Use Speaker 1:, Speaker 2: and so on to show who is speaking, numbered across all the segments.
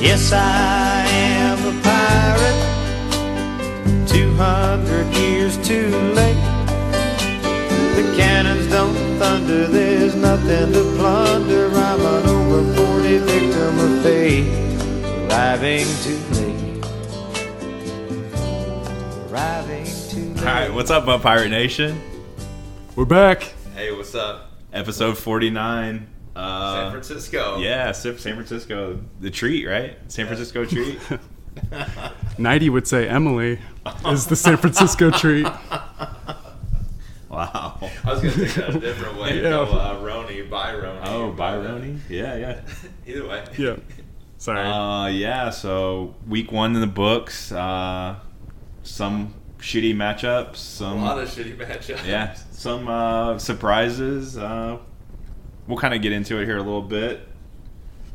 Speaker 1: Yes, I am a pirate, 200 years too late. The cannons don't thunder, there's nothing to plunder. I'm an over 40 victim of fate, arriving too late. Arriving too late.
Speaker 2: All right, what's up, Up Pirate Nation?
Speaker 3: We're back.
Speaker 4: Hey, what's up?
Speaker 2: Episode 49. Uh,
Speaker 4: San Francisco.
Speaker 2: Yeah, San Francisco. The treat, right? San Francisco treat.
Speaker 3: Nighty would say Emily is the San Francisco treat.
Speaker 2: Wow.
Speaker 4: I was gonna take that a different way.
Speaker 3: Yeah.
Speaker 4: yeah. Go uh, Roni, by Roni.
Speaker 2: Oh,
Speaker 4: but, uh,
Speaker 2: Byroni? Yeah, yeah.
Speaker 4: Either way.
Speaker 3: Yeah. Sorry.
Speaker 2: Uh, yeah, so week one in the books. Uh, some shitty matchups.
Speaker 4: A
Speaker 2: Some
Speaker 4: lot of shitty matchups.
Speaker 2: yeah, some uh, surprises. Uh, we'll kind of get into it here a little bit.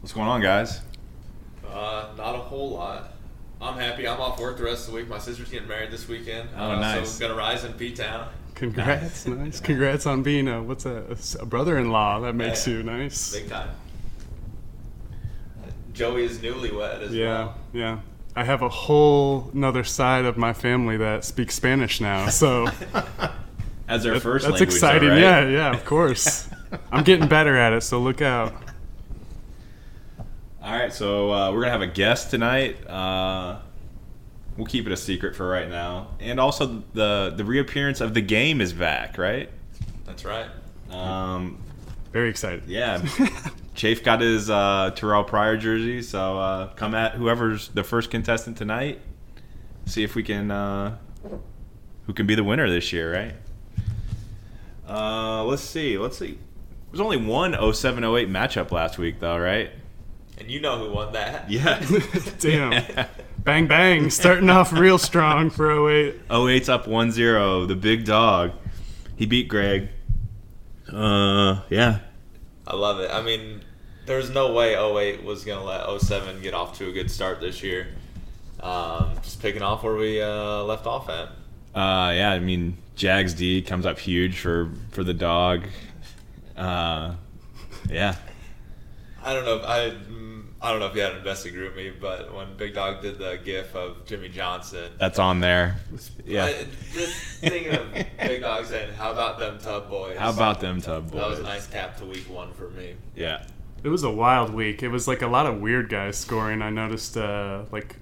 Speaker 2: What's going on, guys?
Speaker 4: Uh, not a whole lot. I'm happy. I'm off work the rest of the week. My sister's getting married this weekend.
Speaker 2: Oh,
Speaker 4: uh,
Speaker 2: nice.
Speaker 4: So gonna rise in P Town.
Speaker 3: Congrats. Nice. Congrats on being a what's a, a s- a brother-in-law. That makes
Speaker 4: Yeah.
Speaker 3: you nice.
Speaker 4: Big time. Joey is newlywed as
Speaker 3: Yeah.
Speaker 4: well.
Speaker 3: Yeah. I have a whole another side of my family that speaks Spanish now. So
Speaker 2: As their first
Speaker 3: that's
Speaker 2: language, though,
Speaker 3: exciting.
Speaker 2: right?
Speaker 3: Yeah, yeah, of course. I'm getting better at it, so look out.
Speaker 2: All right, so uh, we're gonna have a guest tonight. Uh, we'll keep it a secret for right now, and also the the reappearance of the game is back, right?
Speaker 4: That's right.
Speaker 2: Um,
Speaker 3: Very excited.
Speaker 2: yeah, Chafe got his uh, Terrell Pryor jersey, so uh, come at whoever's the first contestant tonight. See if we can uh, who can be the winner this year, right? Uh, let's see, let's see. There's only one 0708 matchup last week, though, right?
Speaker 4: And you know who won that?
Speaker 2: Yeah.
Speaker 3: Damn. Bang bang. Starting off real strong for 08.
Speaker 2: 08's up 1-0, the big dog. He beat Greg. Uh, yeah.
Speaker 4: I love it. I mean, there's no way 08 was going to let 07 get off to a good start this year. Um, just picking off where we uh, left off at.
Speaker 2: Uh, yeah, I mean, Jags D comes up huge for for the dog. Uh, yeah.
Speaker 4: I don't know. If I mm, I don't know if you had an invested group me, but when Big Dog did the GIF of Jimmy Johnson,
Speaker 2: That's on there. Yeah.
Speaker 4: I, this thing of Big Dog saying, "How about them tub boys?"
Speaker 2: How about them tub boys?
Speaker 4: that was a nice cap to week one for me.
Speaker 2: Yeah.
Speaker 3: It was a wild week. It was like a lot of weird guys scoring. I noticed, uh, like,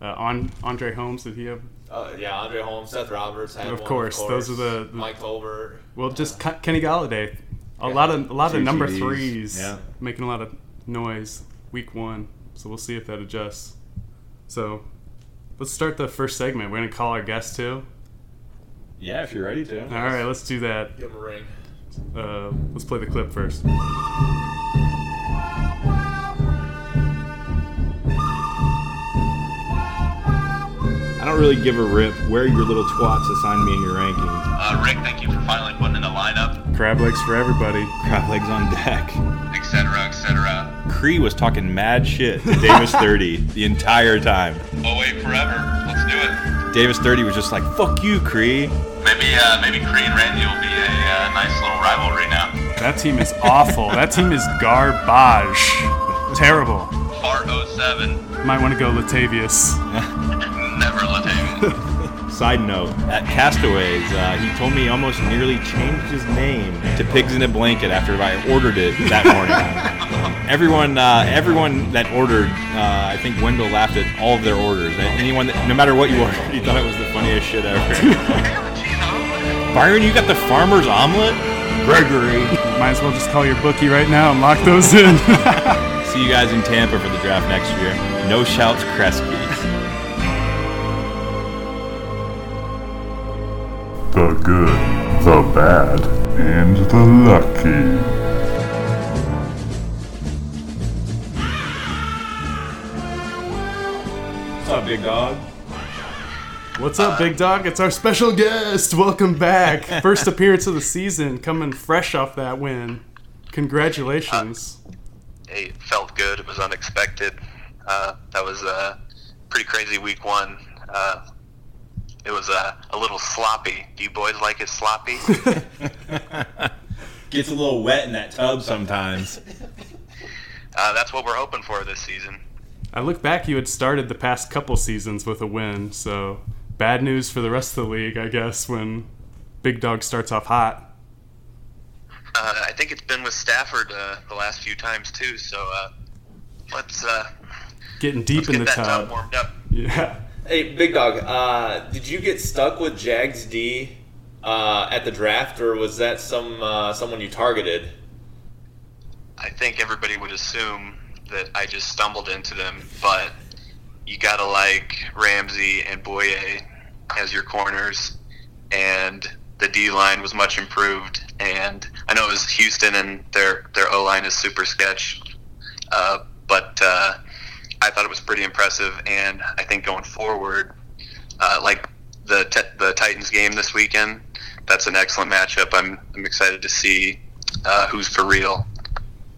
Speaker 3: uh, on Andre Holmes. Did he have?
Speaker 4: Uh, yeah, Andre Holmes, Seth Roberts, had
Speaker 3: Of
Speaker 4: one,
Speaker 3: course, those are the- the-
Speaker 4: Mike Tolbert.
Speaker 3: Well, just Ke- Kenny Galladay. A lot of a lot
Speaker 2: Two
Speaker 3: of number
Speaker 2: TDs.
Speaker 3: threes,
Speaker 2: Yeah.
Speaker 3: making a lot of noise. Week one, so we'll see if that adjusts. So, let's start the first segment. We're gonna call our guest too.
Speaker 2: Yeah, if you're ready to.
Speaker 3: All right, let's do that.
Speaker 4: Give him a ring.
Speaker 3: Uh, let's play the clip first.
Speaker 2: I don't really give a rip where your little twats assign me in your rankings.
Speaker 5: Uh, Rick, thank you for finally putting in the lineup,
Speaker 3: Crab legs for everybody.
Speaker 2: Crap legs on deck.
Speaker 5: etc., cetera, etc.
Speaker 2: Cree was talking mad shit to Davis 30 the entire time.
Speaker 5: Cetera. Oh wait, forever. Let's do it.
Speaker 2: Davis 30 was just like, fuck you, Cree.
Speaker 5: Maybe, uh, maybe Cree and Randy will be a uh, nice little rivalry now.
Speaker 3: That team is awful. that team is garbage. Terrible.
Speaker 5: Far 07,
Speaker 3: Might want to go Latavius.
Speaker 5: never Latavian.
Speaker 2: Side note, at Castaways, uh, he told me he almost nearly changed his name to Pigs in a Blanket after I ordered it that morning. everyone, uh, everyone that ordered, uh, I think Wendell laughed at all of their orders. A- Anyone, that, no matter what you ordered, he thought it was the funniest shit ever. Byron, you got the farmer's omelet? Gregory.
Speaker 3: Might as well just call your bookie right now and lock those in.
Speaker 2: See you guys in Tampa for the draft next year. No shouts, Kresge.
Speaker 6: the good, the bad, and the lucky.
Speaker 2: What's up, big dog?
Speaker 3: What's up, big dog? It's our special guest. Welcome back. First appearance of the season, coming fresh off that win. Congratulations.
Speaker 5: Hey, it felt good. It was unexpected. Uh, that was a pretty crazy week one. Uh, it was uh, a little sloppy. Do you boys like it sloppy?
Speaker 2: Gets a little wet in that tub sometimes.
Speaker 5: uh, that's what we're hoping for this season.
Speaker 3: I look back, you had started the past couple seasons with a win, so bad news for the rest of the league, I guess, when Big Dog starts off hot.
Speaker 5: Uh, I think it's been with Stafford uh, the last few times too. So uh, let's uh,
Speaker 3: Getting deep
Speaker 5: let's
Speaker 3: in
Speaker 5: get
Speaker 3: the
Speaker 5: that tub
Speaker 3: tub.
Speaker 5: warmed up.
Speaker 3: Yeah.
Speaker 4: Hey, big dog. Uh, did you get stuck with Jags D uh, at the draft, or was that some uh, someone you targeted?
Speaker 5: I think everybody would assume that I just stumbled into them, but you gotta like Ramsey and Boye as your corners, and the D line was much improved. And I know it was Houston, and their their O line is super sketch, uh, but uh, I thought it was pretty impressive. And I think going forward, uh, like the t- the Titans game this weekend, that's an excellent matchup. I'm I'm excited to see uh, who's for real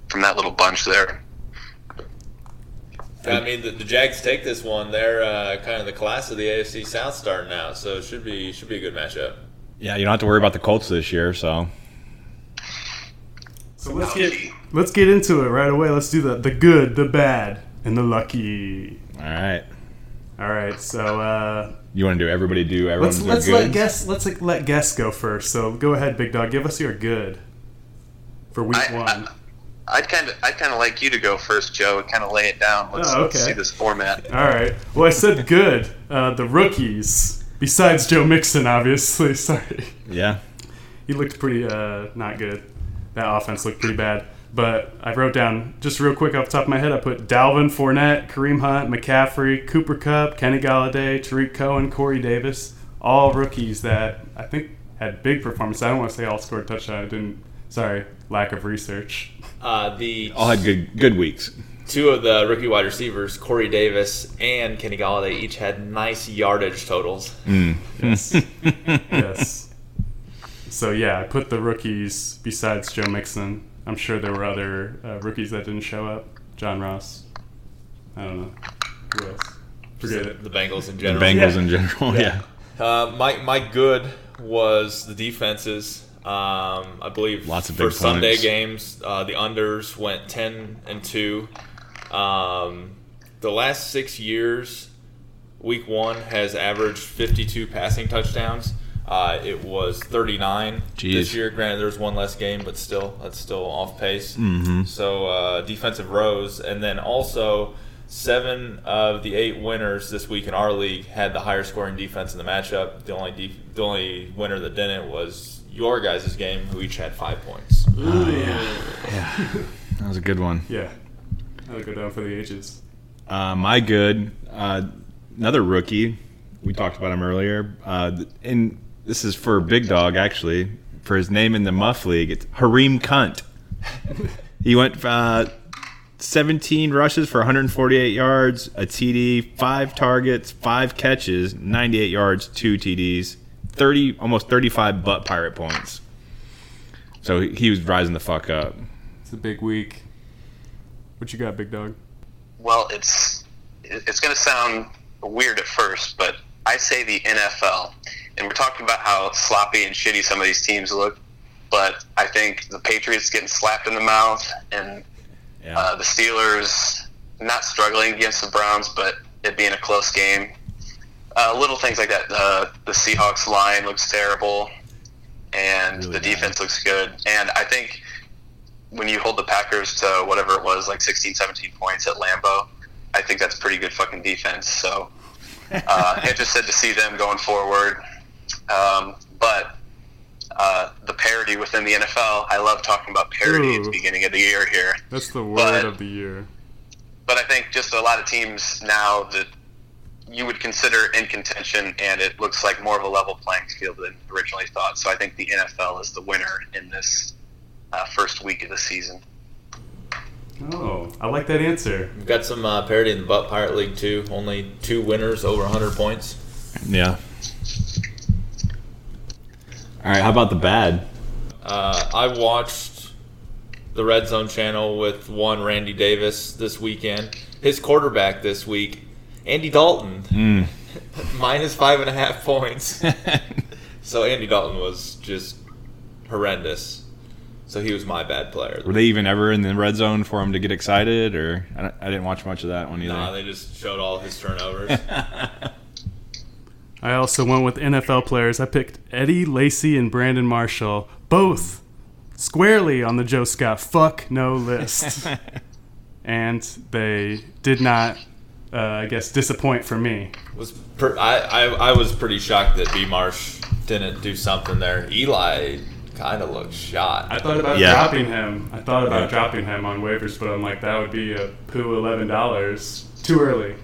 Speaker 5: from that little bunch there.
Speaker 4: I mean, the, the Jags take this one. They're uh, kind of the class of the AFC South starting out, so it should be should be a good matchup.
Speaker 2: Yeah, you don't have to worry about the Colts this year, so
Speaker 3: So let's get let's get into it right away. Let's do the the good, the bad, and the lucky.
Speaker 2: all right.
Speaker 3: All right, so uh,
Speaker 2: You want to do everybody do everyone
Speaker 3: let's
Speaker 2: their
Speaker 3: let's
Speaker 2: goods?
Speaker 3: let guess let's like, let guess go first. So go ahead, Big Dog. Give us your good for week
Speaker 5: I-
Speaker 3: one.
Speaker 5: I'd kind of, I'd kind of like you to go first, Joe, and kind of lay it down. Let's,
Speaker 3: Oh,
Speaker 5: let's
Speaker 3: okay.
Speaker 5: see this format.
Speaker 3: All right. Well, I said good. Uh, the rookies, besides Joe Mixon, obviously. Sorry,
Speaker 2: Yeah.
Speaker 3: he looked pretty uh, not good. That offense looked pretty bad. But I wrote down just real quick off the top of my head. I put Dalvin Fournette, Kareem Hunt, McCaffrey, Cooper Cup, Kenny Galladay, Tariq Cohen, Corey Davis, all rookies that I think had big performance. I don't want to say all scored touchdown. I didn't. Sorry, lack of research.
Speaker 4: Uh, the
Speaker 2: All had good good weeks.
Speaker 4: two of the rookie wide receivers, Corey Davis and Kenny Galladay, each had nice yardage totals.
Speaker 2: Mm-hmm.
Speaker 3: Yes. yes. So yeah, I put the rookies besides Joe Mixon. I'm sure there were other uh, rookies that didn't show up. John Ross. I don't know. Who else? Forget it.
Speaker 4: The Bengals in
Speaker 2: The
Speaker 4: general.
Speaker 2: Bengals
Speaker 3: Yeah.
Speaker 2: in general. Yeah.
Speaker 4: Uh, my my good was the defenses. Um, I believe
Speaker 2: Lots of big
Speaker 4: for Sunday
Speaker 2: points.
Speaker 4: games, uh, the unders went ten and two. Um, the last six years, Week One has averaged fifty-two passing touchdowns. Uh, it was thirty-nine
Speaker 2: Jeez.
Speaker 4: this year. Granted, there's one less game, but still, that's still off pace. So uh, defensive rows, and then also seven of the eight winners this week in our league had the higher scoring defense in the matchup. The only def- the only winner that didn't was your guys' game, who each had five points.
Speaker 2: That was a good one.
Speaker 3: Yeah. That'll go down for the ages.
Speaker 2: Uh, my good, uh, another rookie. We talked about him earlier. Uh, th- and this is for Big Dog, actually, for his name in the Muff League. It's Hareem Cunt. he went uh, 17 rushes for 148 yards, a TD, five targets, five catches, 98 yards, two TDs, 30, almost 35 butt pirate points. So he- he was rising the fuck up.
Speaker 3: It's a big week. What you got, big dog?
Speaker 5: Well, it's it's going to sound weird at first, but I say the NFL, and we're talking about how sloppy and shitty some of these teams look. But I think the Patriots getting slapped in the mouth, and
Speaker 2: Yeah.
Speaker 5: uh, the Steelers not struggling against the Browns, but it being a close game. Uh, little things like that. Uh, the Seahawks line looks terrible, and
Speaker 2: Really
Speaker 5: the
Speaker 2: bad.
Speaker 5: defense looks good. And I think when you hold the Packers to whatever it was, like 16, 17 points at Lambeau, I think that's pretty good fucking defense. So uh, interested to see them going forward. Um, but uh, the parity within the NFL, I love talking about parity at
Speaker 3: Ooh.
Speaker 5: the beginning of the year here
Speaker 3: That's the word
Speaker 5: But-
Speaker 3: of the year.
Speaker 5: but I think just a lot of teams now that you would consider in contention, and it looks like more of a level playing field than originally thought. So I think the NFL is the winner in this uh, first week of the season.
Speaker 3: Oh, I like that answer.
Speaker 4: We've got some uh, parity in the Butt Pirate League too. Only two winners over 100 points.
Speaker 2: Yeah. All right, how about the bad?
Speaker 4: Uh, I watched the Red Zone channel with one Randy Davis this weekend. His quarterback this week, Andy Dalton, minus five and a half points. so Andy Dalton was just horrendous. So he was my bad player.
Speaker 2: Were they even ever in the red zone for him to get excited, or I, don't- I didn't watch much of that one either.
Speaker 4: Nah, they just showed all his turnovers.
Speaker 3: I also went with NFL players. I picked Eddie Lacy and Brandon Marshall, both squarely on the Joe Scott fuck no list. and they did not, uh, I guess, disappoint for me.
Speaker 4: was per- I, I I was pretty shocked that B Marsh didn't do something there. Eli kind of looked shot.
Speaker 3: I thought about
Speaker 2: Yeah.
Speaker 3: dropping him. I thought about
Speaker 2: Yeah.
Speaker 3: dropping him on waivers, but I'm like, that would be a poo eleven dollars. Too early.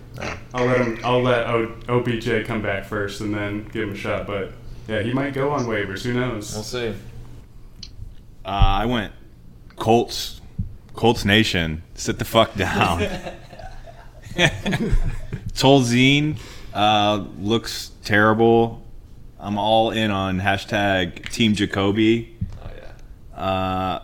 Speaker 3: I'll let him. I'll let o, OBJ come back first, and then give him a shot. But yeah, he might go on waivers. Who knows?
Speaker 4: We'll see.
Speaker 2: Uh, I went Colts, Colts Nation. Sit the fuck down. Tolzien uh, looks terrible. I'm all in on hashtag Team Jacoby.
Speaker 4: Oh yeah.
Speaker 2: Uh,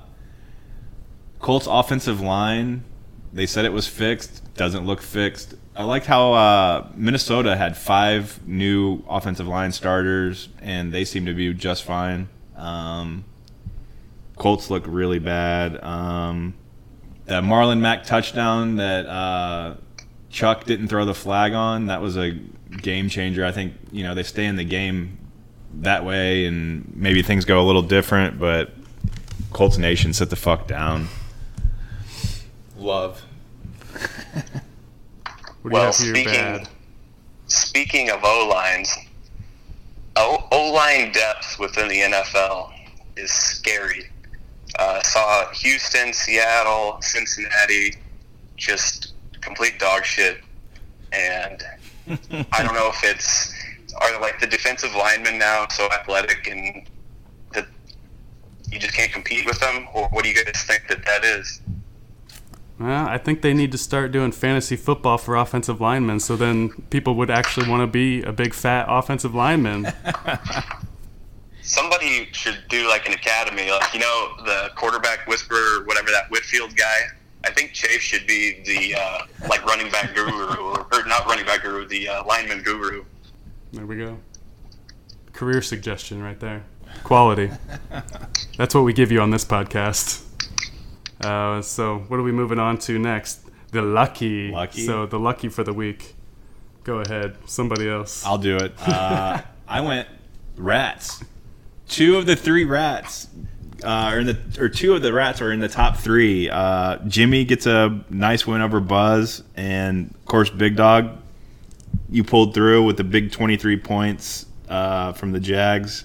Speaker 2: Colts offensive line, they said it was fixed. Doesn't look fixed. I liked how uh, Minnesota had five new offensive line starters, and they seem to be just fine. Um, Colts look really bad. Um, that Marlon Mack touchdown that uh, Chuck didn't throw the flag on, that was a game changer. I think, you know, they stay in the game that way, and maybe things go a little different, but Colts Nation, sit the fuck down.
Speaker 4: Love.
Speaker 3: What do you
Speaker 5: Well,
Speaker 3: have for your
Speaker 5: speaking
Speaker 3: bad?
Speaker 5: speaking of O lines, O line depth within the NFL is scary. Uh, saw Houston, Seattle, Cincinnati, just complete dog shit. And I don't know if it's are like the defensive linemen now so athletic and that you just can't compete with them, or what do you guys think that that is?
Speaker 3: Well, I think they need to start doing fantasy football for offensive linemen, so then people would actually want to be a big fat offensive lineman.
Speaker 5: somebody should do like an academy, like you know the quarterback whisperer, whatever that Whitfield guy. I think Chase should be the uh, like running back guru, or, or not running back guru, the uh, lineman guru.
Speaker 3: There we go. Career suggestion right there. Quality. That's what we give you on this podcast. Uh, so, what are we moving on to next? The lucky.
Speaker 2: Lucky?
Speaker 3: So, the lucky for the week. Go ahead. Somebody else.
Speaker 2: I'll do it. Uh, I went rats. Two of the three rats uh, are in the, or two of the rats are in the top three. Uh, Jimmy gets a nice win over Buzz, and of course, Big Dog. You pulled through with the big 23 points uh, from the Jags,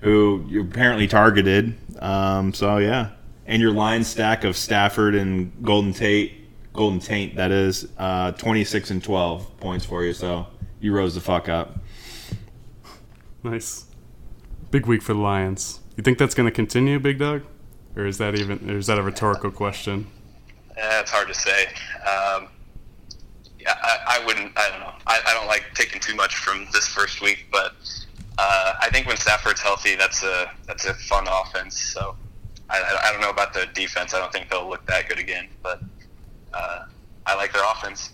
Speaker 2: who you apparently targeted. Um, so yeah, and your line stack of Stafford and Golden Tate, Golden Taint that is, uh, 26 and 12 points for you. So you rose the fuck up.
Speaker 3: Nice. Big week for the Lions. You think that's going to continue, Big Dog? Or is that even? Or is that a rhetorical question?
Speaker 5: Eh, it's hard to say. Um, yeah, I, I wouldn't. I don't know. I, I don't like taking too much from this first week, but uh, I think when Stafford's healthy, that's a that's a fun offense. So I, I, I don't know about the defense. I don't think they'll look that good again, but uh, I like their offense.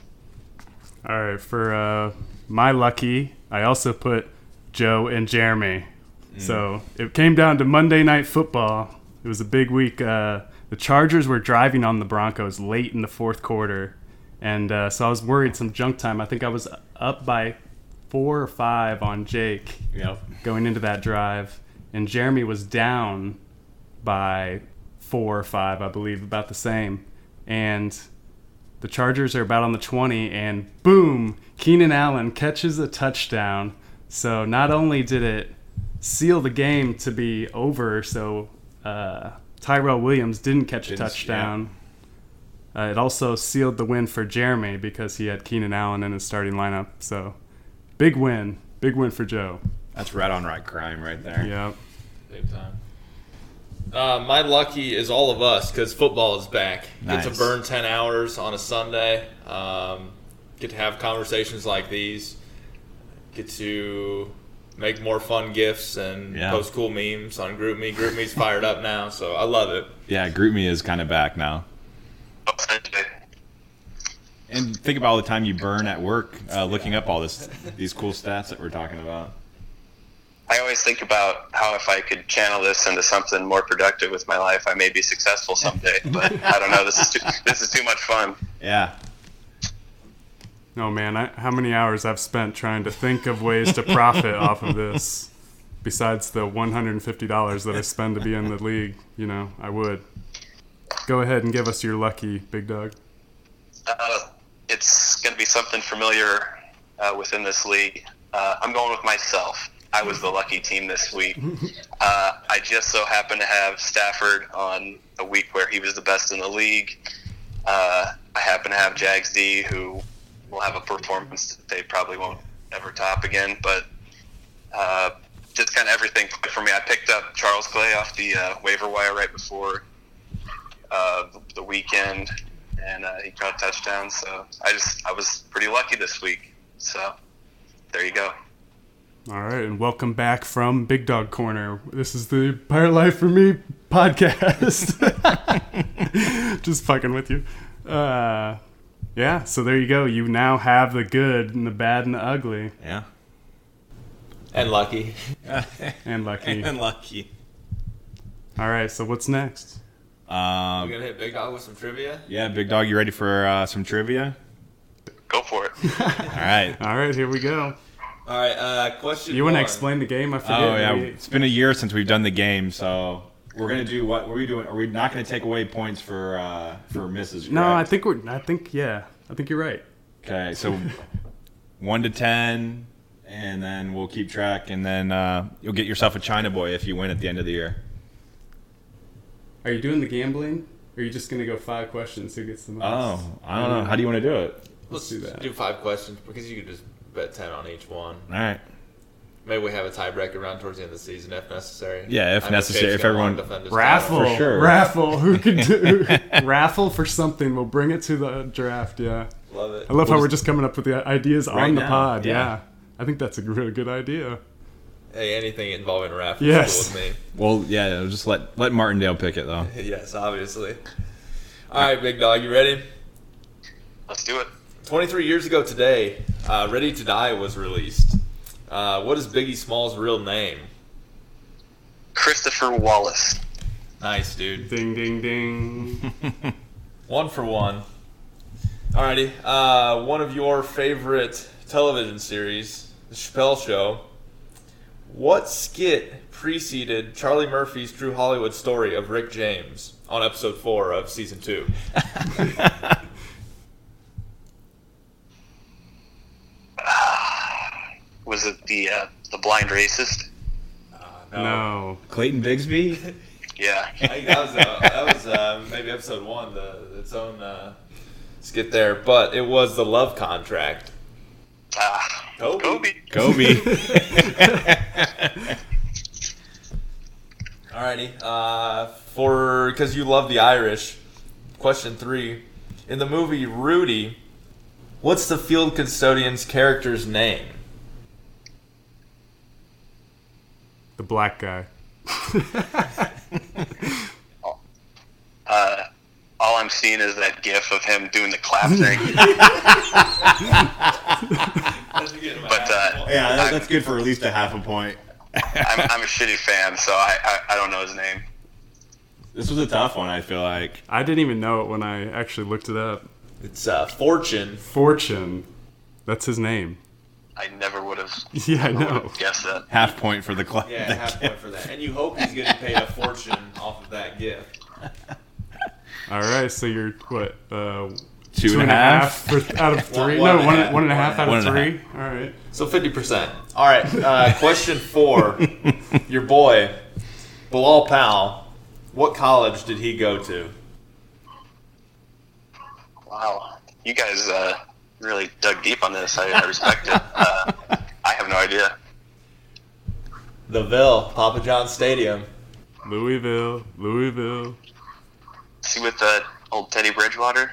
Speaker 3: All right, for uh, my lucky, I also put Joe and Jeremy. So it came down to Monday Night Football. It was a big week. Uh, the Chargers were driving on the Broncos late in the fourth quarter, and uh, so I was worried some junk time. I think I was up by four or five on Jake
Speaker 2: Yep.
Speaker 3: going into that drive, and Jeremy was down by four or five, I believe, about the same. And the Chargers are about on the 20, and boom, Keenan Allen catches a touchdown. So not only did it seal the game to be over, so uh, Tyrell Williams didn't catch a
Speaker 2: Didn't-
Speaker 3: touchdown. Uh, it also sealed the win for Jeremy because he had Keenan Allen in his starting lineup. So big win, big win for Joe.
Speaker 2: That's rat on rat crime right there.
Speaker 3: Yep.
Speaker 4: Same time. Uh, my lucky is all of us because football is back.
Speaker 2: Nice.
Speaker 4: Get to burn ten hours on a Sunday. Um, get to have conversations like these. Get to make more fun gifts and
Speaker 2: Yeah.
Speaker 4: post cool memes on GroupMe. GroupMe's fired up now, so I love it.
Speaker 2: Yeah, Group Me is kind of back now. And think about all the time you burn at work uh, looking up all this these cool stats that we're talking about.
Speaker 5: I always think about how if I could channel this into something more productive with my life, I may be successful someday. But I don't know. This is too, this is too much fun.
Speaker 2: Yeah.
Speaker 3: Oh man, I, how many hours I've spent trying to think of ways to profit off of this, besides the one hundred and fifty dollars that I spend to be in the league. You know, I would. Go ahead and give us your lucky, big dog.
Speaker 5: Uh, it's going to be something familiar uh, within this league. Uh, I'm going with myself. I was the lucky team this week. Uh, I just so happened to have Stafford on a week where he was the best in the league. Uh, I happen to have Jags D, who will have a performance that they probably won't ever top again. But uh, just kind of everything for me. I picked up Charles Clay off the uh, waiver wire right before uh, the weekend, and uh, he caught a touchdown. So I just I was pretty lucky this week. So there you go.
Speaker 3: All right, and welcome back from Big Dog Corner. This is the Pirate Life for Me podcast. Just fucking with you. Uh, yeah, so there you go. You now have the good and the bad and the ugly
Speaker 2: Yeah.
Speaker 4: And lucky.
Speaker 3: and lucky.
Speaker 2: lucky.
Speaker 3: All right, so what's next?
Speaker 4: I'm
Speaker 2: Um,
Speaker 4: gonna hit Big Dog with some trivia.
Speaker 2: yeah, big dog, you ready for uh, some trivia?
Speaker 5: Go for it.
Speaker 2: All right.
Speaker 3: All right, here we go.
Speaker 4: All right. Uh, question.
Speaker 3: You want to
Speaker 4: one.
Speaker 3: explain the game? I forget.
Speaker 2: Oh yeah,
Speaker 3: We-
Speaker 2: it's been a year since we've done the game, so we're gonna do what? What are we doing? Are we not gonna take away points for uh, for misses?
Speaker 3: No, I
Speaker 2: correct?
Speaker 3: think we're. I think yeah. I think you're right.
Speaker 2: Okay, so one to ten, and then we'll keep track, and then uh, you'll get yourself a China boy if you win at the end of the year.
Speaker 3: Are you doing the gambling? Or are you just gonna go five questions? Who gets the most?
Speaker 2: Oh, I don't know. How do you want to do it?
Speaker 4: Let's
Speaker 3: do
Speaker 4: do
Speaker 3: that.
Speaker 4: five questions because you could just bet ten on each one.
Speaker 2: All right.
Speaker 4: Maybe we have a tiebreaker round towards the end of the season if necessary.
Speaker 2: Yeah, if
Speaker 4: I know
Speaker 2: necessary,
Speaker 4: Jake's
Speaker 2: if
Speaker 4: got
Speaker 2: everyone-
Speaker 4: one defend his
Speaker 3: Raffle,
Speaker 4: title.
Speaker 2: For sure.
Speaker 3: raffle. Who could do raffle for something? We'll bring it to the draft. Yeah,
Speaker 4: Love it.
Speaker 3: I love how
Speaker 2: We'll
Speaker 3: we're just coming up with the ideas
Speaker 2: Right
Speaker 3: on the
Speaker 2: now,
Speaker 3: pod. Yeah.
Speaker 2: yeah.
Speaker 3: I think that's a really good idea.
Speaker 4: Hey, anything involving raffle
Speaker 3: Yes.
Speaker 4: is cool with
Speaker 2: Well, yeah, just let let Martindale pick it though.
Speaker 4: me. yes, obviously. All right, Big Dog, you ready?
Speaker 5: Let's do it.
Speaker 4: 23 years ago today, uh, Ready to Die was released. Uh, what is Biggie Small's real name?
Speaker 5: Christopher Wallace.
Speaker 4: Nice, dude.
Speaker 3: Ding, ding, ding.
Speaker 4: One for one. Alrighty. Uh, one of your favorite television series, The Chappelle Show. What skit preceded Charlie Murphy's True Hollywood story of Rick James on episode four of season two?
Speaker 5: Was it the uh, the blind racist?
Speaker 3: no,
Speaker 2: Clayton Bigsby.
Speaker 5: Yeah.
Speaker 4: I think that was, uh, that was uh, maybe episode one, the, its own uh, skit there. But it was the love contract.
Speaker 5: Ah,
Speaker 4: Kobe.
Speaker 5: Kobe.
Speaker 2: Kobe.
Speaker 4: Alrighty. Uh, for because you love the Irish. Question three: In the movie Rudy, what's the field custodian's character's name?
Speaker 3: the black guy.
Speaker 5: Uh, all I'm seeing is that gif of him doing the clap thing. But, uh,
Speaker 2: yeah, that, that's good for at least a half a point.
Speaker 5: I'm, I'm a shitty fan, so I, I, I don't know his name.
Speaker 2: This was a tough one. I feel like.
Speaker 3: I didn't even know it when I actually looked it up.
Speaker 4: it's uh, Fortune.
Speaker 3: Fortune, that's his name.
Speaker 5: I never would have
Speaker 2: Oh.
Speaker 3: Yeah, I know.
Speaker 5: guessed that.
Speaker 2: Half point for the club.
Speaker 4: Yeah, half point for that. And you hope he's getting paid a fortune off of that gift.
Speaker 3: All right, so you're what? Uh,
Speaker 2: Two
Speaker 3: two and a half for- out of three?
Speaker 4: one and
Speaker 3: no,
Speaker 4: a
Speaker 3: one,
Speaker 4: half.
Speaker 3: one and a half out
Speaker 2: One
Speaker 3: of
Speaker 2: and a
Speaker 3: three. All right.
Speaker 4: So fifty percent. All right. Uh, question four: Your boy, Bilal Powell. What college did he go to?
Speaker 5: Wow. You guys uh, really dug deep on this. I, I respect it. Uh, I have no idea.
Speaker 4: The Ville, Papa John Stadium.
Speaker 3: Louisville, Louisville.
Speaker 5: See with uh, old Teddy Bridgewater?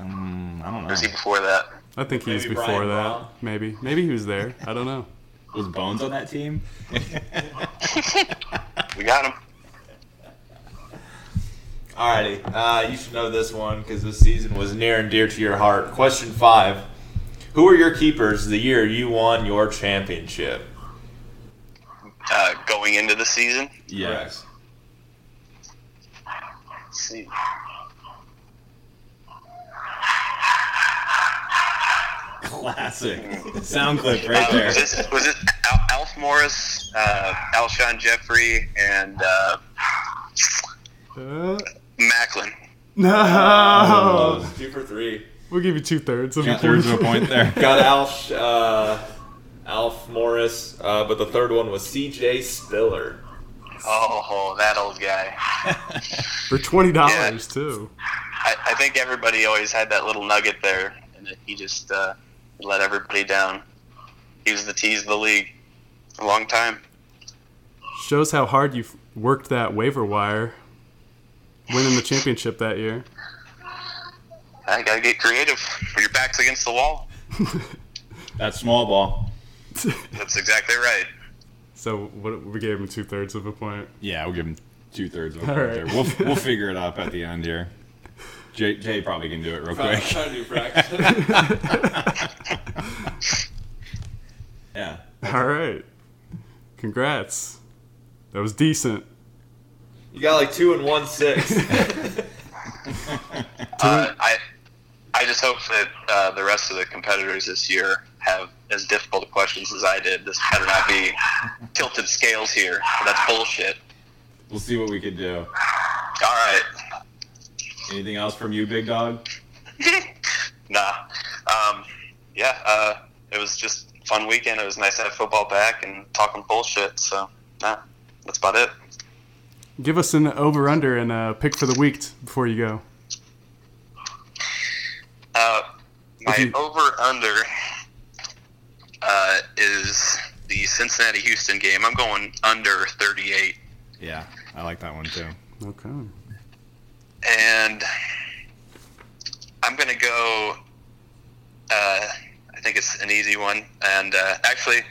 Speaker 2: Mm, I don't know.
Speaker 5: Or is he before that?
Speaker 3: I think he was
Speaker 4: Maybe
Speaker 3: before
Speaker 4: Brian
Speaker 3: that.
Speaker 4: Brown.
Speaker 3: Maybe, maybe he was there. I don't know.
Speaker 2: Was Bones on that team?
Speaker 5: We got him.
Speaker 4: Alrighty, uh, you should know this one because this season was near and dear to your heart. Question five: Who were your keepers the year you won your championship?
Speaker 5: uh, going into the season.
Speaker 2: Yes.
Speaker 5: Let's see.
Speaker 2: Classic. Sound clip right
Speaker 5: Um,
Speaker 2: there.
Speaker 5: Was this, was this Al- Alf Morris, uh, Alshon Jeffrey, and uh,
Speaker 3: Uh,
Speaker 5: Macklin?
Speaker 3: no.
Speaker 4: It's two for three.
Speaker 3: We'll give you two thirds of
Speaker 2: Yeah,
Speaker 3: a
Speaker 2: there's a
Speaker 3: point.
Speaker 2: point there.
Speaker 4: Got Alf, uh, Alf Morris, uh, but the third one was C.J. Spiller.
Speaker 5: Oh, that old guy.
Speaker 3: For twenty dollars too.
Speaker 5: I, I think everybody always had that little nugget there, and he just uh, let everybody down. He was the tease of the league for a long time.
Speaker 3: Shows how hard you've worked that waiver wire. Winning the championship that year.
Speaker 5: I gotta get creative. When your back's against the wall,
Speaker 2: That small ball.
Speaker 5: that's exactly right.
Speaker 3: So what, we gave him two thirds of a point.
Speaker 2: Yeah, we'll give him two thirds of a
Speaker 3: All
Speaker 2: point there.
Speaker 3: right.
Speaker 2: We'll, we'll figure it up at the end here. Jay, Jay probably can do it real
Speaker 4: Trying
Speaker 2: quick.
Speaker 4: to do practice.
Speaker 2: Yeah.
Speaker 3: All right. Congrats. That was decent.
Speaker 4: you got like two and one six.
Speaker 5: Uh, I I just hope that uh, the rest of the competitors this year have as difficult of questions as I did. This better not be tilted scales here. That's bullshit.
Speaker 2: We'll see what we can do.
Speaker 5: All right,
Speaker 2: Anything else from you, Big Dog?
Speaker 5: nah. Um, yeah, uh, it was just a fun weekend. It was nice to have football back and talking bullshit. So, nah, that's about it.
Speaker 3: Give us an over under and a pick for the week t- before you go.
Speaker 5: Uh, my
Speaker 3: If you-
Speaker 5: over under uh, is the Cincinnati Houston game. I'm going under 38.
Speaker 2: Yeah, I like that one too.
Speaker 3: Okay.
Speaker 5: and I'm gonna go. Uh, I think it's an easy one, and uh, actually,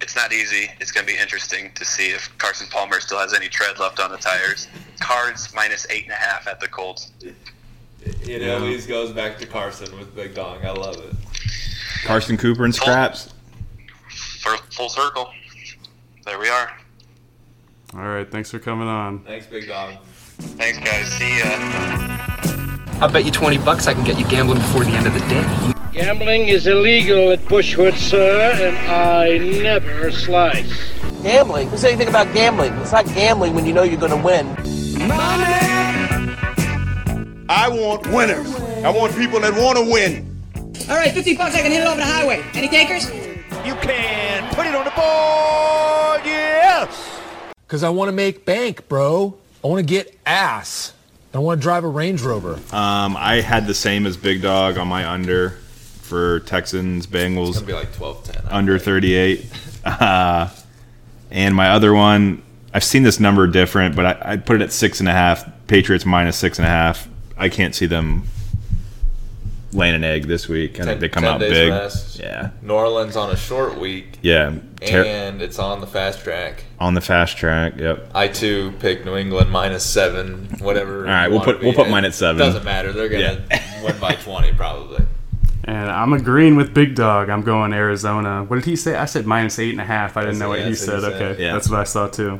Speaker 5: it's not easy. It's gonna be interesting to see if Carson Palmer still has any tread left on the tires. Cards minus eight and a half at the Colts.
Speaker 4: It
Speaker 2: Yeah.
Speaker 4: always goes back to Carson with Big Dog. I love it.
Speaker 2: Carson Cooper and scraps.
Speaker 5: For full circle, there we are.
Speaker 3: All right. Thanks for coming on.
Speaker 4: Thanks, Big Dog.
Speaker 5: Thanks, guys. See ya.
Speaker 7: I'll bet you 20 bucks I can get you gambling before the end of the day.
Speaker 8: Gambling is illegal at Bushwood, sir, and I never slice.
Speaker 9: Gambling? Who said anything about gambling? It's not gambling when you know you're going to win.
Speaker 10: I want winners. I want people that want to win.
Speaker 11: All right, 50 bucks, I can hit it over the highway. Any takers?
Speaker 10: You can put it on the board. Yes.
Speaker 7: Because I want to make bank, bro. I want to get ass. I want to drive a Range Rover.
Speaker 2: Um, I had the same as Big Dog on my under for Texans Bengals.
Speaker 4: It'll be like 12 10.
Speaker 2: under 38. Uh, and my other one, I've seen this number different, but I, I put it at six and a half. Patriots minus six and a half. I can't see them laying an egg this week. I think
Speaker 4: Ten-
Speaker 2: they come
Speaker 4: ten
Speaker 2: out
Speaker 4: days
Speaker 2: big.
Speaker 4: rest.
Speaker 2: Yeah,
Speaker 4: New Orleans on a short week,
Speaker 2: yeah. Ter-
Speaker 4: and it's on the fast track.
Speaker 2: on the fast track. Yep.
Speaker 4: I too pick New England minus seven, whatever. All
Speaker 2: right, we'll put- we'll put mine at seven.
Speaker 4: Doesn't matter. They're gonna win by 20 probably.
Speaker 3: And I'm agreeing with Big Dog. I'm going Arizona. What did he say? I said minus eight and a half. I
Speaker 4: That's-
Speaker 3: didn't know what
Speaker 4: yeah,
Speaker 3: he
Speaker 4: that's what
Speaker 3: said.
Speaker 4: he said.
Speaker 3: Okay.
Speaker 2: Yeah.
Speaker 3: That's what I saw too.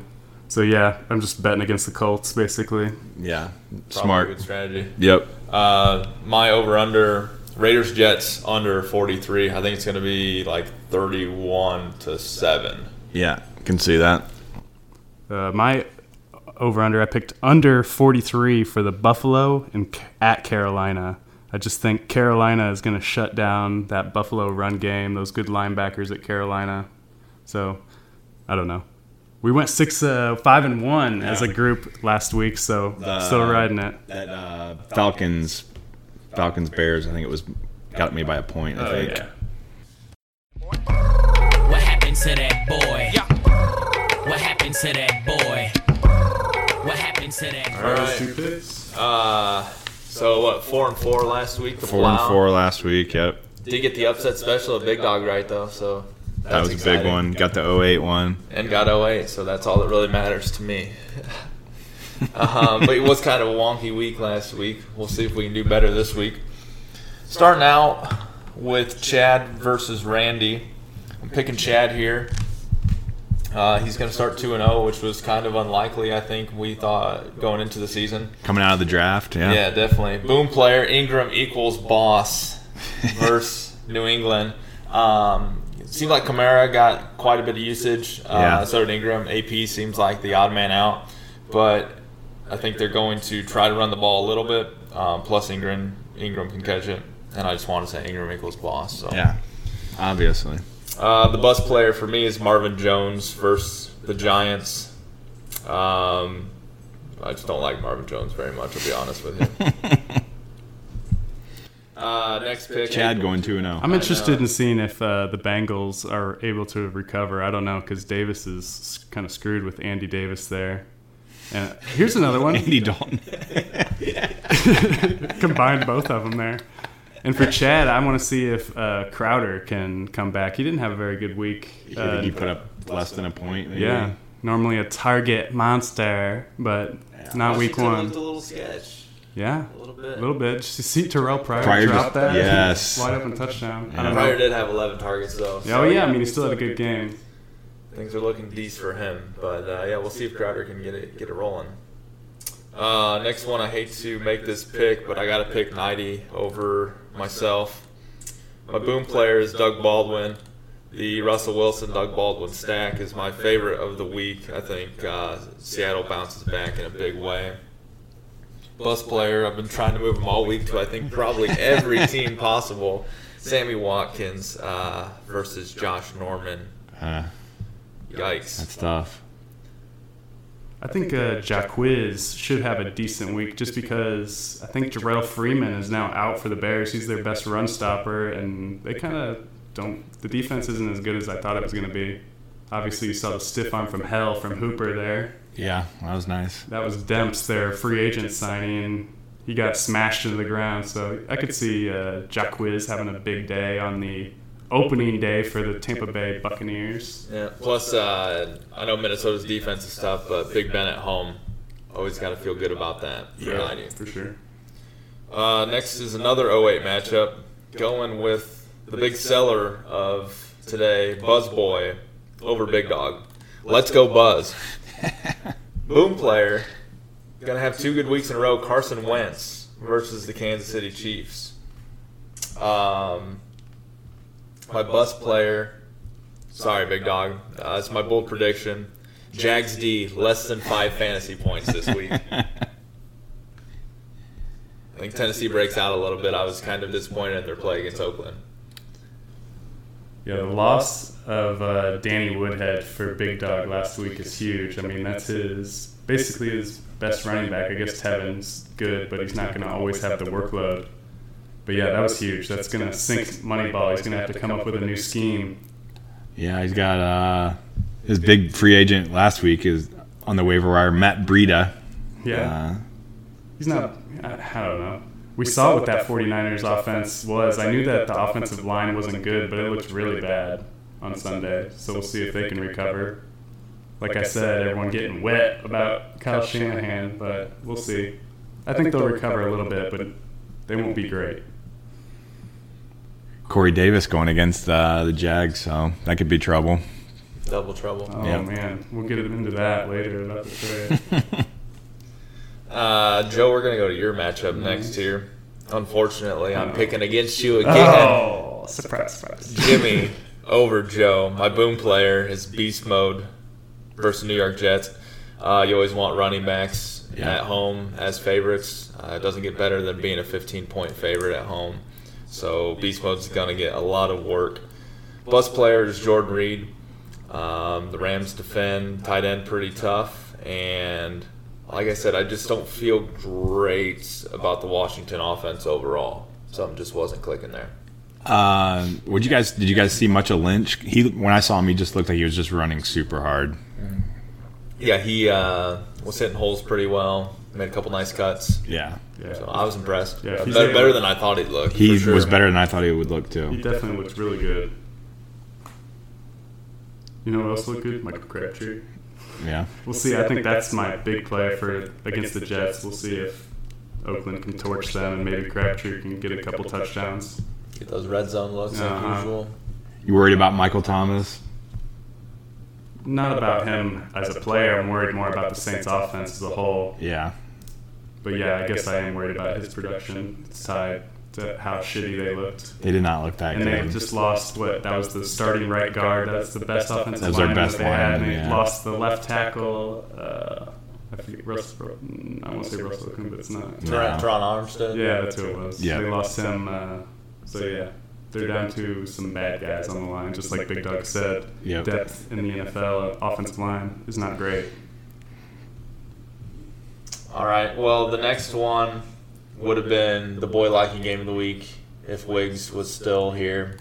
Speaker 3: So yeah, I'm just betting against the Colts basically.
Speaker 2: Yeah.
Speaker 4: Probably a
Speaker 2: Smart.
Speaker 4: good strategy.
Speaker 2: Yep.
Speaker 4: Uh, my over under Raiders Jets under 43. I think it's gonna be like 31 to seven.
Speaker 2: Yeah. Can see that.
Speaker 3: Uh, my over under, I picked under 43 for the Buffalo and c- at Carolina. I just think Carolina is going to shut down that Buffalo run game, those good linebackers at Carolina. So, I don't know. We went six, uh, five, and one as a group last week, so still riding it.
Speaker 2: That uh, Falcons, Falcons Bears. I think it was got me by a point.
Speaker 4: Oh,
Speaker 2: I think.
Speaker 9: What happened to that boy? What happened to that boy? What happened to that
Speaker 4: All right. Uh, so what? Four and four last week. The
Speaker 2: Four
Speaker 4: blowout.
Speaker 2: and four last week. Yep.
Speaker 4: Did get the upset special of Big Dog right though, so that's
Speaker 2: That was a big
Speaker 4: exciting.
Speaker 2: one. Got the 08 one.
Speaker 4: and got 08, so that's all that really matters to me. um, but it was kind of a wonky week last week. We'll see if we can do better this week. Starting out with Chad versus Randy. I'm picking Chad here. Uh, he's going to start 2 and 0, which was kind of unlikely, I think, we thought going into the season.
Speaker 2: Coming out of the draft, yeah.
Speaker 4: definitely. Boom player Ingram equals boss versus New England. Um, it seemed like Kamara got quite a bit of usage. Uh,
Speaker 2: Yeah.
Speaker 4: So did Ingram. AP seems like the odd man out, but I think they're going to try to run the ball a little bit. Um, plus Ingram, Ingram can catch it, and I just want to say Ingram equals boss. So
Speaker 2: Yeah, obviously.
Speaker 4: uh, the bus player for me is Marvin Jones versus the Giants. Um, I just don't like Marvin Jones very much. I'll be honest with you. uh, next pick.
Speaker 2: Chad going oh. 2 0.
Speaker 3: I'm interested in seeing if uh, the Bengals are able to recover. I don't know because Davis is kind of screwed with Andy Davis there. And here's another one.
Speaker 2: Andy Dalton.
Speaker 3: Combined both of them there. And for Chad, I want to see if uh, Crowder can come back. He didn't have a very good week. uh,
Speaker 2: I think he put up less than a point. maybe.
Speaker 3: Yeah, normally a target monster, but not week one.
Speaker 4: a little sketch.
Speaker 3: Yeah,
Speaker 4: a little bit.
Speaker 3: A little bit. Just see Terrell Pryor,
Speaker 2: Pryor
Speaker 3: drop
Speaker 2: just-
Speaker 3: that.
Speaker 2: yes.
Speaker 3: Wide open touchdown. I don't know.
Speaker 4: Pryor did have 11 targets though.
Speaker 3: Yeah, oh yeah, I mean, he still had a good game.
Speaker 4: Things are looking decent for him, but uh, yeah, we'll see if Crowder can get it get it rolling. Uh, next one, I hate to make this pick, but I got to pick 90 over myself. My boom player is Doug Baldwin. The Russell Wilson Doug Baldwin stack is my favorite of the week. I think uh, Seattle bounces back in a big way. Bus player, I've been trying to move him all week to I think probably every team possible. Sammy Watkins uh, versus Josh Norman.
Speaker 2: Uh,
Speaker 4: Yikes.
Speaker 2: that's tough.
Speaker 3: I think uh, Jaquiz should have a decent week just because I think Jarrell Freeman is now out for the Bears. He's their best run stopper, and they kind of don't. The defense isn't as good as I thought it was going to be. Obviously, you saw the stiff arm from hell from Hooper there.
Speaker 2: Yeah, that was nice.
Speaker 3: That was Demps, their free agent signing, and he got smashed into the ground. So I could see uh, Jaquiz having a big day on the opening day for the Tampa Bay Buccaneers.
Speaker 4: Yeah. Plus, uh, I know Minnesota's defense is tough, but Big Ben at home, always got to feel good about that.
Speaker 3: Yeah,
Speaker 4: for
Speaker 3: sure.
Speaker 4: Uh, next is another 08 matchup, going with the big seller of today, Buzz Boy, over Big Dog. Let's go, Buzz. Boom player, gonna have two good weeks in a row. Carson Wentz versus the Kansas City Chiefs. Um, my bus player. Sorry, big dog. Uh, it's my bold prediction. Jags D less than five fantasy points this week. I think Tennessee breaks out a little bit. I was kind of disappointed in their play against Oakland.
Speaker 3: Yeah, the loss of uh, Danny Woodhead for Big Dog last week is huge. I mean, that's his basically his best running back. I guess Tevin's good, but he's not going to always have the workload. But yeah, that was huge. That's going to sink Moneyball. He's going to have to come up with a new scheme.
Speaker 2: Yeah, he's got uh, his big free agent last week is on the waiver wire, Matt Breida. Uh,
Speaker 3: Yeah. He's not. I, I don't know. We saw what that 49ers offense was. I knew that the offensive line wasn't good, but it looked really bad on Sunday. So we'll see if they can recover. Like I said, everyone getting wet about Kyle Shanahan, but we'll see. I think they'll recover a little bit, but they won't be great.
Speaker 2: Uh, Corey Davis going against uh, the Jags, so that could be trouble.
Speaker 4: Double trouble.
Speaker 3: Oh man, we'll get into that later about the trade.
Speaker 4: Uh, Joe, we're gonna go to your matchup next here. Unfortunately, I'm picking against you again.
Speaker 3: Oh, surprise, surprise.
Speaker 4: Jimmy over Joe. My boom player is beast mode versus New York Jets. Uh, you always want running backs
Speaker 2: Yeah.
Speaker 4: at home as favorites. Uh, it doesn't get better than being a 15 point favorite at home. So beast mode's going to get a lot of work. Bus player is Jordan Reed. Um, the Rams defend tight end pretty tough, and like I said, I just don't feel great about the Washington offense overall. Something just wasn't clicking there.
Speaker 2: Uh, would you guys? Did you guys see much of Lynch? He when I saw him, he just looked like he was just running super hard.
Speaker 4: Yeah, he uh, was hitting holes pretty well. Made a couple nice cuts.
Speaker 2: Yeah,
Speaker 4: So I was impressed.
Speaker 3: Yeah, he's
Speaker 4: better,
Speaker 3: able-
Speaker 4: better than I thought he'd look.
Speaker 2: he
Speaker 4: for sure.
Speaker 2: was better than I thought he would look
Speaker 3: He
Speaker 2: too.
Speaker 3: definitely looks really good. You know what else looked good? Michael Crabtree.
Speaker 2: Yeah,
Speaker 3: We'll see. I think that's my big play for against the Jets. We'll see if Oakland can torch them and maybe Crabtree can get a couple touchdowns.
Speaker 4: Get those red zone looks like
Speaker 3: Uh-huh.
Speaker 4: usual.
Speaker 2: you worried about Michael Thomas?
Speaker 3: not about him as a player. I'm worried more about the Saints' offense as a whole.
Speaker 2: Yeah.
Speaker 3: But yeah, I guess I am worried about his production side to how shitty they looked.
Speaker 2: They did not look that
Speaker 3: And
Speaker 2: good.
Speaker 3: they just lost what that was the starting right guard. That's the best offensive
Speaker 2: That was their
Speaker 3: lineman
Speaker 2: best
Speaker 3: they had. And
Speaker 2: lineman,
Speaker 3: they
Speaker 2: yeah.
Speaker 3: lost the left tackle. Uh, I forget Russell. I want to say Russell Coon, but it's not.
Speaker 4: Teron- No. Teron Armstead?
Speaker 3: Yeah, that's who it was.
Speaker 2: Yeah.
Speaker 3: they lost him. Uh, so yeah, they're down to some bad guys on the line, just like Big Doug said.
Speaker 2: Yep.
Speaker 3: Depth in the NFL offensive line is not great.
Speaker 4: All right. Well, the next one would have been the boy locking game of the week if Wiggs was still here.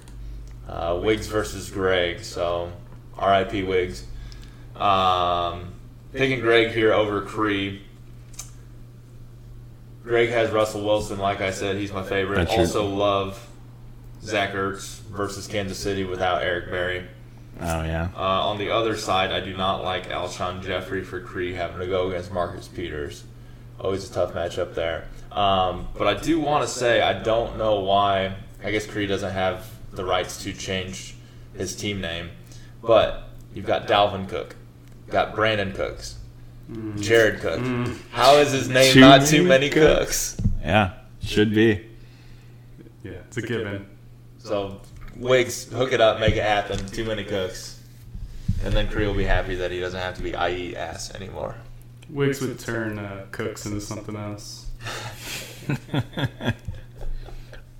Speaker 4: Uh, Wiggs versus Greg. So, R.I.P. Wiggs. Um, picking Greg here over Cree. Greg has Russell Wilson. Like I said, he's my favorite.
Speaker 2: That's your-
Speaker 4: also love Zach Ertz versus Kansas City without Eric Berry.
Speaker 2: oh yeah.
Speaker 4: Uh, on the other side, I do not like Alshon Jeffrey for Cree having to go against Marcus Peters. Always a tough matchup there. Um, but I do want to say I don't know why. I guess Cree doesn't have the rights to change his team name. But you've got Dalvin Cook, you've got Brandon Cooks, Jared Cook. How is his name
Speaker 2: Too
Speaker 4: not too
Speaker 2: many
Speaker 4: many Cooks?
Speaker 2: Yeah. Should be.
Speaker 3: Yeah, it's a given.
Speaker 4: So Wiggs, hook it up, make it happen. Too many Cooks, and then Cree will be happy that he doesn't have to be IE ass anymore.
Speaker 3: Wiggs would turn uh, Cooks into something else.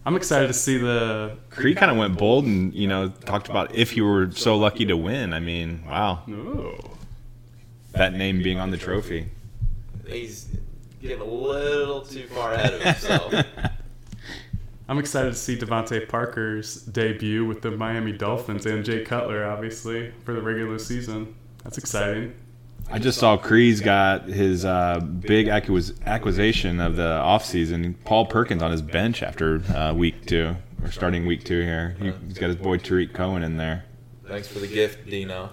Speaker 3: I'm excited to see the.
Speaker 2: Cree kind of went bold and you know talked about if you were so lucky to win. I mean, wow,
Speaker 3: Ooh.
Speaker 2: that name being on the trophy.
Speaker 4: He's getting a little too far ahead of himself.
Speaker 3: I'm excited to see Devontae Parker's debut with the Miami Dolphins and Jay Cutler, obviously, for the regular season. That's exciting.
Speaker 2: I just saw Cree's got his uh, big acquis- acquisition of the offseason, Paul Perkins on his bench after uh, week two, or starting week two here. He- He's got his boy Tariq Cohen in there.
Speaker 4: Thanks for the gift, Dino.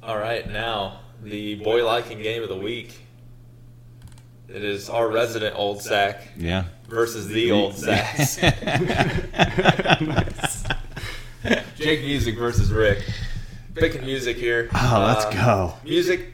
Speaker 4: All right, now the boy liking game of the week. It is our resident old sack
Speaker 2: Yeah.
Speaker 4: versus the old sacks.
Speaker 3: Nice.
Speaker 4: Jake Music versus Rick. Picking music here. Uh,
Speaker 2: Oh, let's go.
Speaker 4: Music.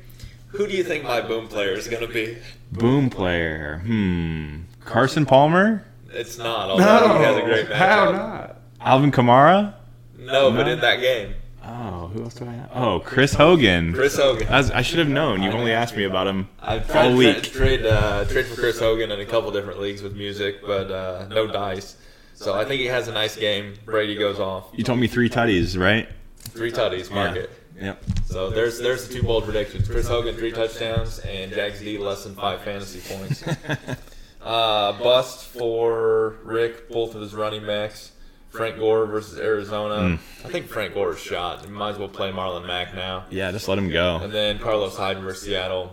Speaker 4: Who do you think my boom player is gonna be?
Speaker 2: Boom player. Hmm. Carson Palmer?
Speaker 4: It's not. Although he has a great matchup.
Speaker 3: how not?
Speaker 2: Alvin Kamara?
Speaker 4: No, but
Speaker 2: No.
Speaker 4: in that game,
Speaker 2: Oh, who else do I have? Oh, Chris Hogan.
Speaker 4: Chris Hogan.
Speaker 2: As- I should have known. You've only asked me about him
Speaker 4: I've tried
Speaker 2: all
Speaker 4: to
Speaker 2: week.
Speaker 4: trade uh, trade for Chris Hogan in a couple different leagues with music, but uh, no dice. So I think he has a nice game. Brady goes off,
Speaker 2: You told me three tutties, right?
Speaker 4: three tutties, mark it.
Speaker 2: Yep.
Speaker 4: So there's there's the two bold predictions: Chris Hogan three touchdowns and Jags D less than five fantasy points. Uh, bust for Rick, both of his running backs. Frank Gore versus Arizona.
Speaker 2: Hmm.
Speaker 4: I think Frank Gore is shot. Might as well play Marlon Mack now.
Speaker 2: Yeah, just let him go.
Speaker 4: And then Carlos Hyde versus Seattle.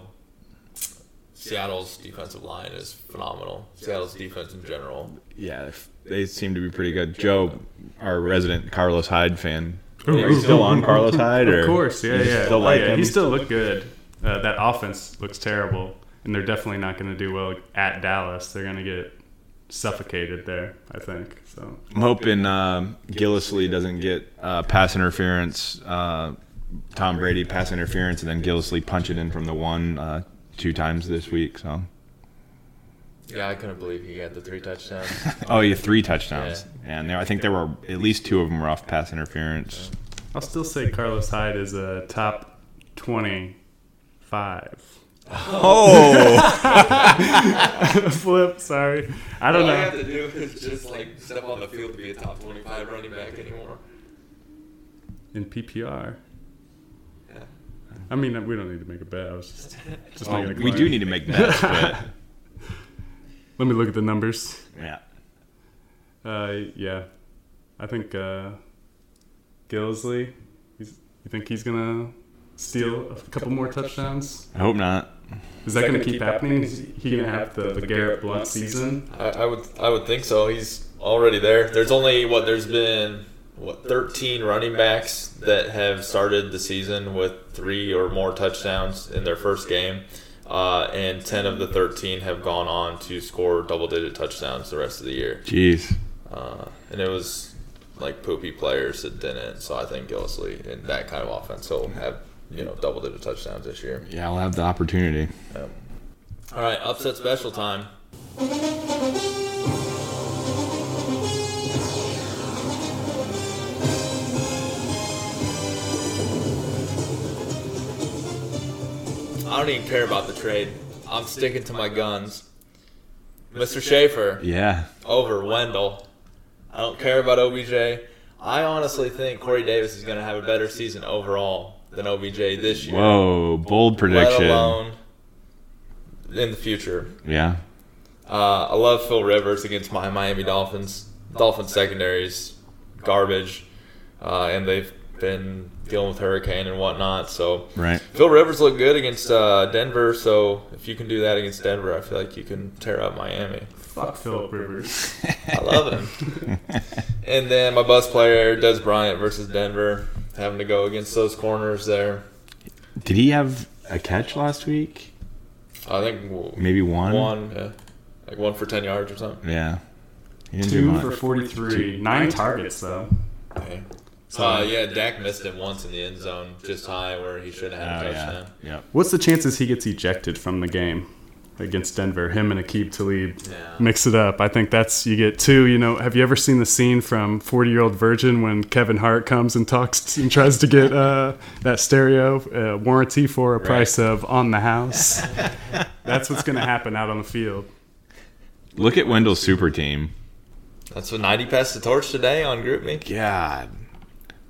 Speaker 4: Seattle's defensive line is phenomenal. Seattle's defense in general.
Speaker 2: Yeah, if- they seem to be pretty good. Joe, our resident Carlos Hyde fan,
Speaker 3: Ooh,
Speaker 2: are you
Speaker 3: ooh,
Speaker 2: still
Speaker 3: ooh,
Speaker 2: on
Speaker 3: ooh,
Speaker 2: Carlos
Speaker 3: ooh.
Speaker 2: Hyde? Or
Speaker 3: Of course, yeah,
Speaker 2: you
Speaker 3: yeah.
Speaker 2: Still
Speaker 3: Oh,
Speaker 2: like
Speaker 3: yeah,
Speaker 2: him?
Speaker 3: He still looked good. Uh, that offense looks terrible, and they're definitely not going to do well at Dallas. They're going to get suffocated there, I think. So
Speaker 2: I'm hoping uh, Gillisley doesn't get uh, pass interference. Uh, Tom Brady pass interference, and then Gillisley punch it in from the one uh, two times this week. So,
Speaker 4: Yeah, I couldn't believe he had the three touchdowns.
Speaker 2: oh, yeah, three touchdowns, and there I think there were at least two of them were off pass interference.
Speaker 3: I'll still say Carlos Hyde is a top 25.
Speaker 2: Oh,
Speaker 3: Flip, sorry. I don't
Speaker 4: All I
Speaker 3: know.
Speaker 4: have to do is just like step on the field to be a top twenty-five running back anymore.
Speaker 3: in PPR.
Speaker 4: Yeah.
Speaker 3: I mean, we don't need to make a bet. I was just, just
Speaker 2: Well,
Speaker 3: making a
Speaker 2: Oh, we
Speaker 3: claim.
Speaker 2: do need to make bets, but
Speaker 3: Let me look at the numbers.
Speaker 2: yeah,
Speaker 3: Uh, yeah, I think uh, Gillisley. He's, you think he's gonna steal a couple more touchdowns?
Speaker 2: I hope not.
Speaker 3: Is that gonna keep happening? Is he gonna have the, the Garrett Blunt season?
Speaker 4: I, I would I would think so. He's already there. There's only what there's been what 13 running backs that have started the season with three or more touchdowns in their first game. Uh, and 10 of the 13 have gone on to score double digit touchdowns the rest of the year.
Speaker 2: Jeez.
Speaker 4: Uh, and it was like poopy players that didn't. So I think Gillisley in that kind of offense, he'll have you know double digit touchdowns this year.
Speaker 2: Yeah, I'll have the opportunity.
Speaker 4: All right, upset special time. I don't even care about the trade. I'm sticking to my guns. Mr. Schaefer
Speaker 2: Yeah.
Speaker 4: over Wendell. I don't care about OBJ. I honestly think Corey Davis is going to have a better season overall than OBJ this year.
Speaker 2: Whoa, bold prediction.
Speaker 4: Let alone in the future.
Speaker 2: Yeah.
Speaker 4: Uh, I love Phil Rivers against my Miami Dolphins. Dolphins secondaries garbage, uh, and they've been dealing with hurricane and whatnot. So
Speaker 2: Right.
Speaker 4: Phil Rivers looked good against uh, Denver. So if you can do that against Denver, I feel like you can tear up Miami.
Speaker 3: Fuck Philip Rivers.
Speaker 4: I love him. and then my bus player Des Bryant versus Denver, having to go against those corners there.
Speaker 2: Did he have a catch last week?
Speaker 4: I think
Speaker 2: Maybe one?
Speaker 4: one, yeah, like one for ten yards or something.
Speaker 2: Yeah. He didn't do
Speaker 3: Two
Speaker 2: much.
Speaker 3: for 43. Nine targets, though.
Speaker 4: Okay. Uh, yeah, Dak missed it once in the end zone, just high where he should have had
Speaker 2: Oh,
Speaker 4: a
Speaker 2: yeah.
Speaker 4: touchdown.
Speaker 2: Yep.
Speaker 3: What's the chances he gets ejected from the game against Denver? Him and Akib Talib mix it up. I think that's you get two. You know, have you ever seen the scene from Forty Year Old Virgin when Kevin Hart comes and talks and tries to get uh, that stereo uh, warranty for a price of on the house? that's what's going to happen out on the field.
Speaker 2: Look at Wendell's super team.
Speaker 4: That's what 90 passed the torch today on Group Me.
Speaker 2: God.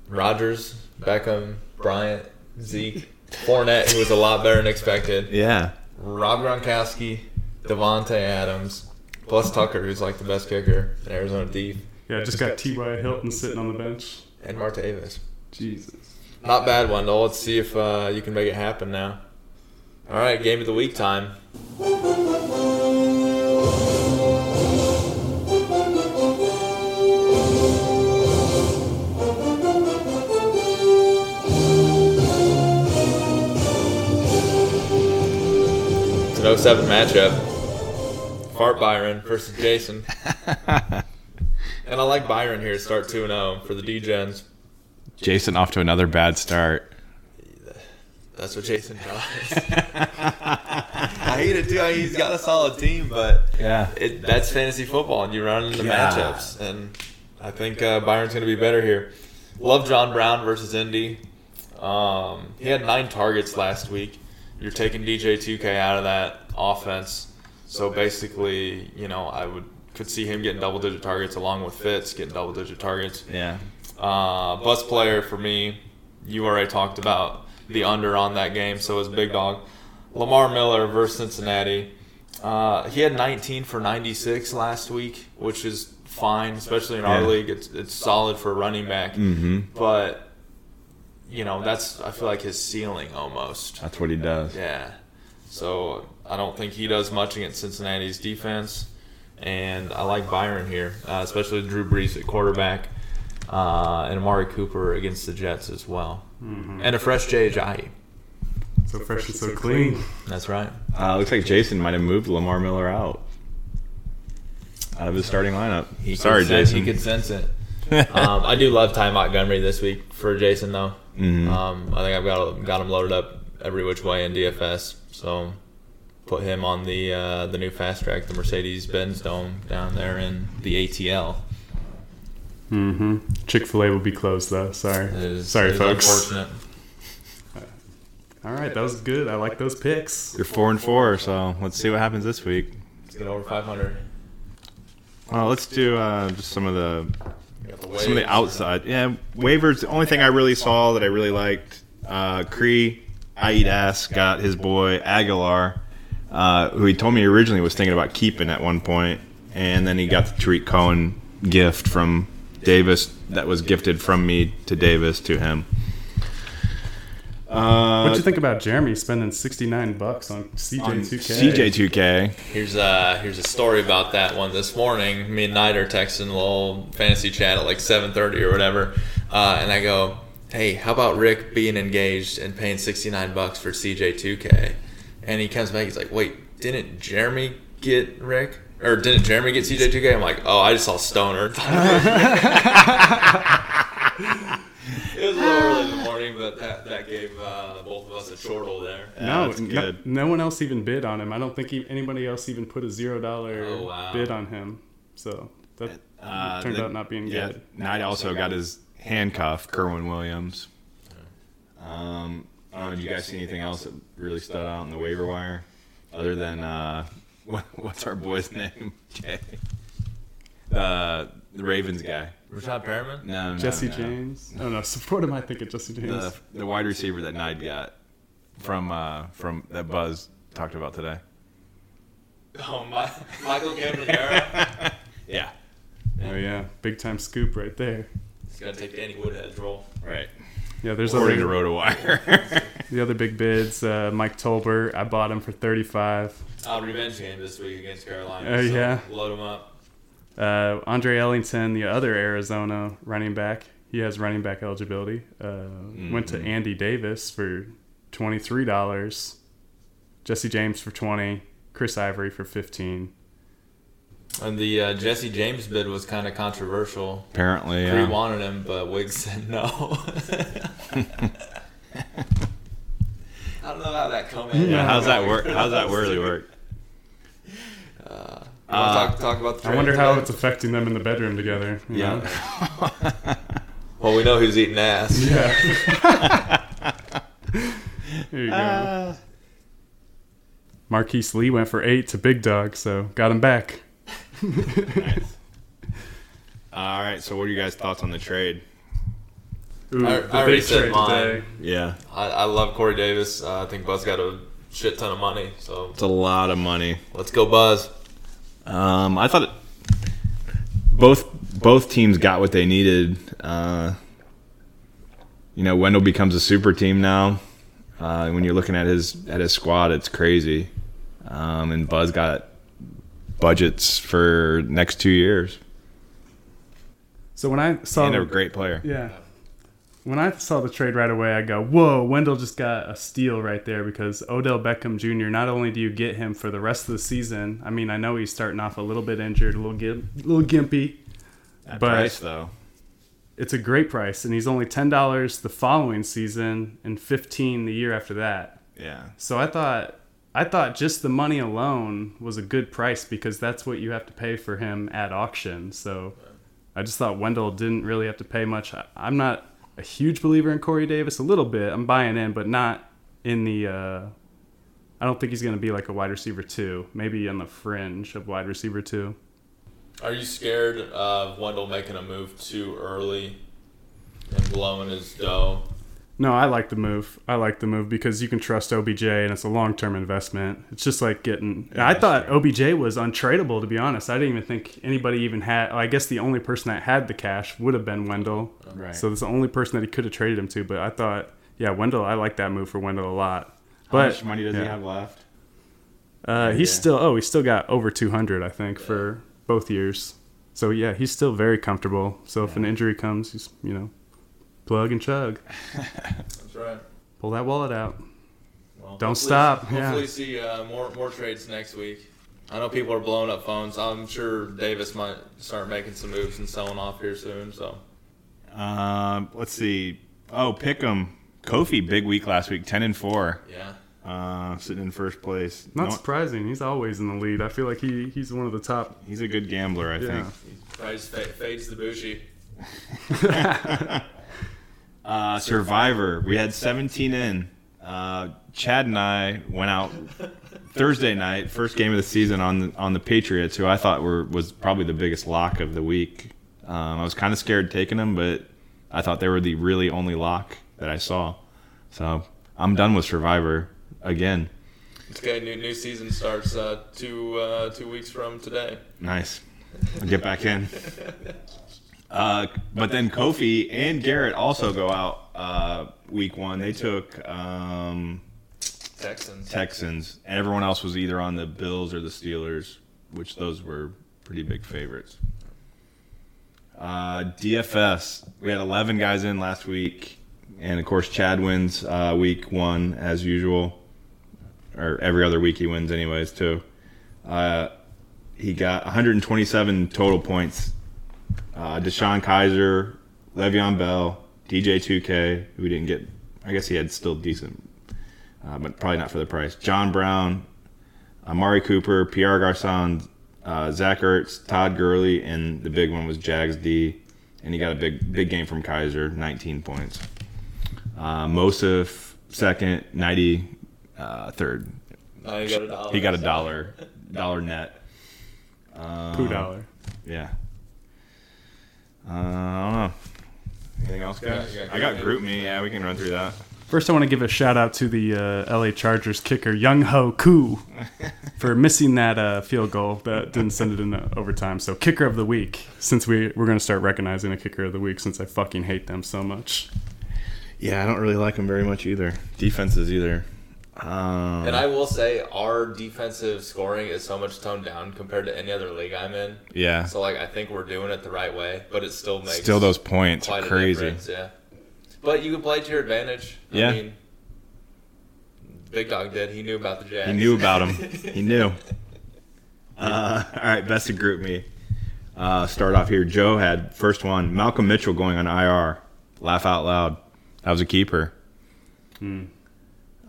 Speaker 4: Rodgers, Beckham, Bryant, Zeke, Fournette, who was a lot better than expected.
Speaker 2: Yeah.
Speaker 4: Rob Gronkowski, Devontae Adams, plus Tucker, who's like the best kicker in Arizona D,
Speaker 3: Yeah, just got T.Y. Hilton sitting on the bench.
Speaker 4: and Martavis.
Speaker 3: Jesus.
Speaker 4: Not bad, Wendell. Let's see if uh, you can make it happen now. All right, game of the week time. It's an 07 matchup. Fart Byron versus Jason. and I like Byron here to start 2 0 for the D Gens.
Speaker 2: Jason off to another bad start.
Speaker 4: That's what Jason does. I hate it too. I- He's got a solid team, but
Speaker 2: Yeah.
Speaker 4: it, that's fantasy football, and you run into
Speaker 2: Yeah.
Speaker 4: matchups. And I think uh, Byron's going to be better here. Love John Brown versus Indy. Um, he had nine targets last week. You're taking DJ 2K out of that offense, so basically, you know, I would could see him getting double digit targets along with Fitz getting double digit targets.
Speaker 2: Yeah.
Speaker 4: Uh, bus player for me, you already talked about the under on that game, so is Big Dog. Lamar Miller versus Cincinnati. Uh, he had 19 for 96 last week, which is fine, especially in our
Speaker 2: Yeah.
Speaker 4: league. It's, it's solid for a running back.
Speaker 2: Mhm.
Speaker 4: But, you know, that's, I feel like, his ceiling almost.
Speaker 2: That's what he does.
Speaker 4: Yeah. So I don't think he does much against Cincinnati's defense. And I like Byron here, uh, especially with Drew Brees at quarterback uh, and Amari Cooper against the Jets as well. And a fresh Jay Ajayi.
Speaker 3: So fresh and so clean.
Speaker 4: That's right.
Speaker 2: Uh, looks like Jason might have moved Lamar Miller out out of his starting lineup.
Speaker 4: He
Speaker 2: Sorry,
Speaker 4: could sense-
Speaker 2: Jason.
Speaker 4: He could sense it. um, I do love Ty Montgomery this week for Jason, though.
Speaker 2: Mhm.
Speaker 4: Um, I think I've got got him loaded up every which way in DFS. So put him on the uh, the new fast track, the Mercedes Benz Dome down there in the ATL.
Speaker 3: Mm-hmm. Chick Fil A will be closed though. Sorry,
Speaker 4: It is-
Speaker 3: sorry,
Speaker 4: it is
Speaker 3: folks.
Speaker 4: Unfortunate.
Speaker 3: All right, that was good. I like those picks.
Speaker 2: You're four and four, so let's see what happens this week.
Speaker 4: Let's get over 500.
Speaker 2: Well, let's do uh, just some of the
Speaker 4: We got the
Speaker 2: some of
Speaker 4: waves.
Speaker 2: the outside. Yeah, waivers. The only thing I really saw that I really liked, uh, Cree, I eat ass, got his boy Aguilar, uh, who he told me originally was thinking about keeping at one point, and then he got the Tariq Cohen gift from Davis that was gifted from me to Davis to him. Uh,
Speaker 3: What'd you think about Jeremy spending sixty nine bucks on CJ2K?
Speaker 2: CJ2K.
Speaker 4: Here's uh here's a story about that one this morning. Me and Knight are texting a little fantasy chat at like 7:30 or whatever, uh, and I go, "Hey, how about Rick being engaged and paying 69 bucks for CJ2K?" And he comes back, he's like, "Wait, didn't Jeremy get Rick?" or didn't Jeremy get CJ2K? I'm like, oh, I just saw Stoner. it was a little early in the morning, but that, that gave uh, both of us a chortle there.
Speaker 3: no, no- No, one else even bid on him. I don't think e anybody else even put a zero dollar
Speaker 2: Oh,
Speaker 3: bid on him. So that
Speaker 2: Uh,
Speaker 3: turned
Speaker 2: the-
Speaker 3: out not being
Speaker 2: yeah,
Speaker 3: good.
Speaker 2: Knight also got his handcuff, Kerwin Williams. Um, I don't know. Did you guys see anything else that really stood out on the waiver wire, other than uh, what, what's our boy's name? Jay. Uh, the Ravens guy.
Speaker 4: Rashad Perriman?
Speaker 2: No, no,
Speaker 3: Jesse
Speaker 2: no.
Speaker 3: James. Oh no, so what am I thinking? Jesse James.
Speaker 2: The, the wide receiver that Knight got from uh, from that Buzz talked about today.
Speaker 4: Oh, my, Michael Gambardera.
Speaker 2: yeah.
Speaker 3: Oh yeah, big time scoop right there.
Speaker 4: He's got to take Danny Woodhead's role.
Speaker 2: Right.
Speaker 3: Yeah, there's
Speaker 2: According
Speaker 3: other,
Speaker 2: to RotoWire.
Speaker 3: the other big bids. Uh, Mike Tolbert. I bought him for thirty five.
Speaker 4: Uh, revenge game this week against Carolina.
Speaker 2: Uh,
Speaker 3: Oh,
Speaker 4: so
Speaker 3: yeah.
Speaker 4: Load him up.
Speaker 3: Uh, Andre Ellington, the other Arizona running back, he has running back eligibility. Uh, Went to
Speaker 4: Mm-hmm.
Speaker 2: Mhm.
Speaker 3: Andy Davis for twenty three dollars, Jesse James for twenty, Chris Ivory for fifteen.
Speaker 4: And the uh, Jesse James bid was kind of controversial.
Speaker 2: Apparently,
Speaker 4: Cree
Speaker 2: yeah.
Speaker 4: wanted him, but Wiggs said no. I don't know how that comment.
Speaker 2: Yeah, how's that work? How's that really work? Uh,
Speaker 4: You wanna talk- talk about the
Speaker 3: I wonder
Speaker 4: trade
Speaker 3: how
Speaker 4: today?
Speaker 3: it's affecting them in the bedroom together. you
Speaker 4: Yeah.
Speaker 3: know?
Speaker 4: Well, we know who's eating ass.
Speaker 3: Yeah. There you go.
Speaker 2: Uh.
Speaker 3: Marquise Lee went for eight to Big Dog, so got him back.
Speaker 2: All right. So, what are you guys' thoughts on the trade?
Speaker 3: Ooh,
Speaker 4: I, I already said mine.
Speaker 2: Yeah.
Speaker 4: I, I love Corey Davis. Uh, I think Buzz got a shit ton of money. So
Speaker 2: It's a lot of money.
Speaker 4: Let's go, Buzz.
Speaker 2: Um, I thought it, both both teams got what they needed. Uh, you know, Wendell becomes a super team now. Uh, when you're looking at his at his squad, it's crazy. Um, and Buzz got budgets for next two years.
Speaker 3: So when I saw
Speaker 2: And a great player.
Speaker 3: yeah. When I saw the trade right away, I go, "Whoa, Wendell just got a steal right there!" Because Odell Beckham Jr. Not only do you get him for the rest of the season, I mean, I know he's starting off a little bit injured, a little gimp, little gimpy,
Speaker 2: That
Speaker 3: but
Speaker 2: price, though.
Speaker 3: it's a great price, and he's only ten dollars the following season and fifteen the year after that.
Speaker 2: Yeah.
Speaker 3: So I thought I thought just the money alone was a good price because that's what you have to pay for him at auction. So I just thought Wendell didn't really have to pay much. I, I'm not a huge believer in Corey Davis, a little bit. I'm buying in, but not in the uh I don't think he's going to be like a wide receiver two, maybe on the fringe of wide receiver two.
Speaker 4: Are you scared of Wendell making a move too early and blowing his dough?
Speaker 3: No, I like the move. I like the move because you can trust OBJ and it's a long term investment. It's just like getting. I thought OBJ was untradeable, to be honest. I didn't even think anybody even had. I guess the only person that had the cash would have been Wendell.
Speaker 2: Right.
Speaker 3: So that's the only person that he could have traded him to. But I thought, yeah, Wendell, I like that move for Wendell a lot. But,
Speaker 2: How much money does
Speaker 3: yeah.
Speaker 2: he have left?
Speaker 3: Uh, he's still, oh, he's still got over 200, I think, for both years. So yeah, he's still very comfortable. So if an injury comes, he's, you know, plug and chug.
Speaker 4: That's right.
Speaker 3: Pull that wallet out.
Speaker 4: Well,
Speaker 3: Don't
Speaker 4: hopefully-
Speaker 3: stop,
Speaker 4: Hopefully,
Speaker 3: yeah.
Speaker 4: see uh, more more trades next week. I know people are blowing up phones. I'm sure Davis might start making some moves and selling off here soon. So
Speaker 2: Um, let's see. Oh, Pick'em. Kofi, big week last week, ten and four.
Speaker 4: Yeah.
Speaker 2: Uh, sitting in first place.
Speaker 3: Not
Speaker 2: No-
Speaker 3: surprising. He's always in the lead. I feel like he, he's one of the top.
Speaker 2: He's a good gambler, I
Speaker 3: Yeah.
Speaker 2: think.
Speaker 4: price fa- fades the bushy.
Speaker 2: Uh, Survivor. We had 17 in. Uh, Chad and I went out Thursday night, first game of the season on the, on the Patriots, who I thought were was probably the biggest lock of the week. Um, I was kind of scared taking them, but I thought they were the really only lock that I saw. So I'm done with Survivor again.
Speaker 4: It's good. New new season starts uh, two uh, two weeks from today.
Speaker 2: Nice. I'll get back in. Uh, but then Kofi and Garrett also go out uh, week one. They took um,
Speaker 4: Texans.
Speaker 2: Texans. And everyone else was either on the Bills or the Steelers, which those were pretty big favorites. Uh, DFS. We had 11 guys in last week. And of course, Chad wins uh, week one as usual. Or every other week he wins, anyways, too. Uh, He got 127 total points. Uh, Deshaun Kaiser, Le'Veon Bell, DJ 2K, who we didn't get. I guess he had still decent, uh, but probably not for the price. John Brown, Amari Cooper, Pierre Garcon, uh, Zach Ertz, Todd Gurley, and the big one was Jags D. And he got a big big game from Kaiser, 19 points. Uh, Mosif second, 90 uh, third.
Speaker 4: Oh, he got a dollar.
Speaker 2: He got a dollar, dollar net. Um,
Speaker 3: Poo dollar.
Speaker 2: Yeah. Uh, I don't know. Anything else, guys?
Speaker 4: Yeah, yeah,
Speaker 2: I got group me. Yeah, we can run through that.
Speaker 3: First, I want to give a shout out to the uh, LA Chargers kicker Young Ho Koo for missing that uh, field goal that didn't send it in overtime. So, kicker of the week, since we, we're going to start recognizing a kicker of the week since I fucking hate them so much.
Speaker 2: Yeah, I don't really like him very much either. Defenses either. Um,
Speaker 4: And I will say, our defensive scoring is so much toned down compared to any other league I'm in.
Speaker 2: Yeah.
Speaker 4: So like, I think we're doing it the right way, but it still makes
Speaker 2: Still those points are
Speaker 4: quite a
Speaker 2: crazy.
Speaker 4: difference, Yeah. But you can play to your advantage. I
Speaker 2: Yeah.
Speaker 4: mean, Big Dog did. He knew about the Jags.
Speaker 2: He knew about him. he knew. Uh, all right, best of group me. Uh, start off here. Joe had first one. Malcolm Mitchell going on IR. Laugh out loud. That was a keeper.
Speaker 3: Hmm.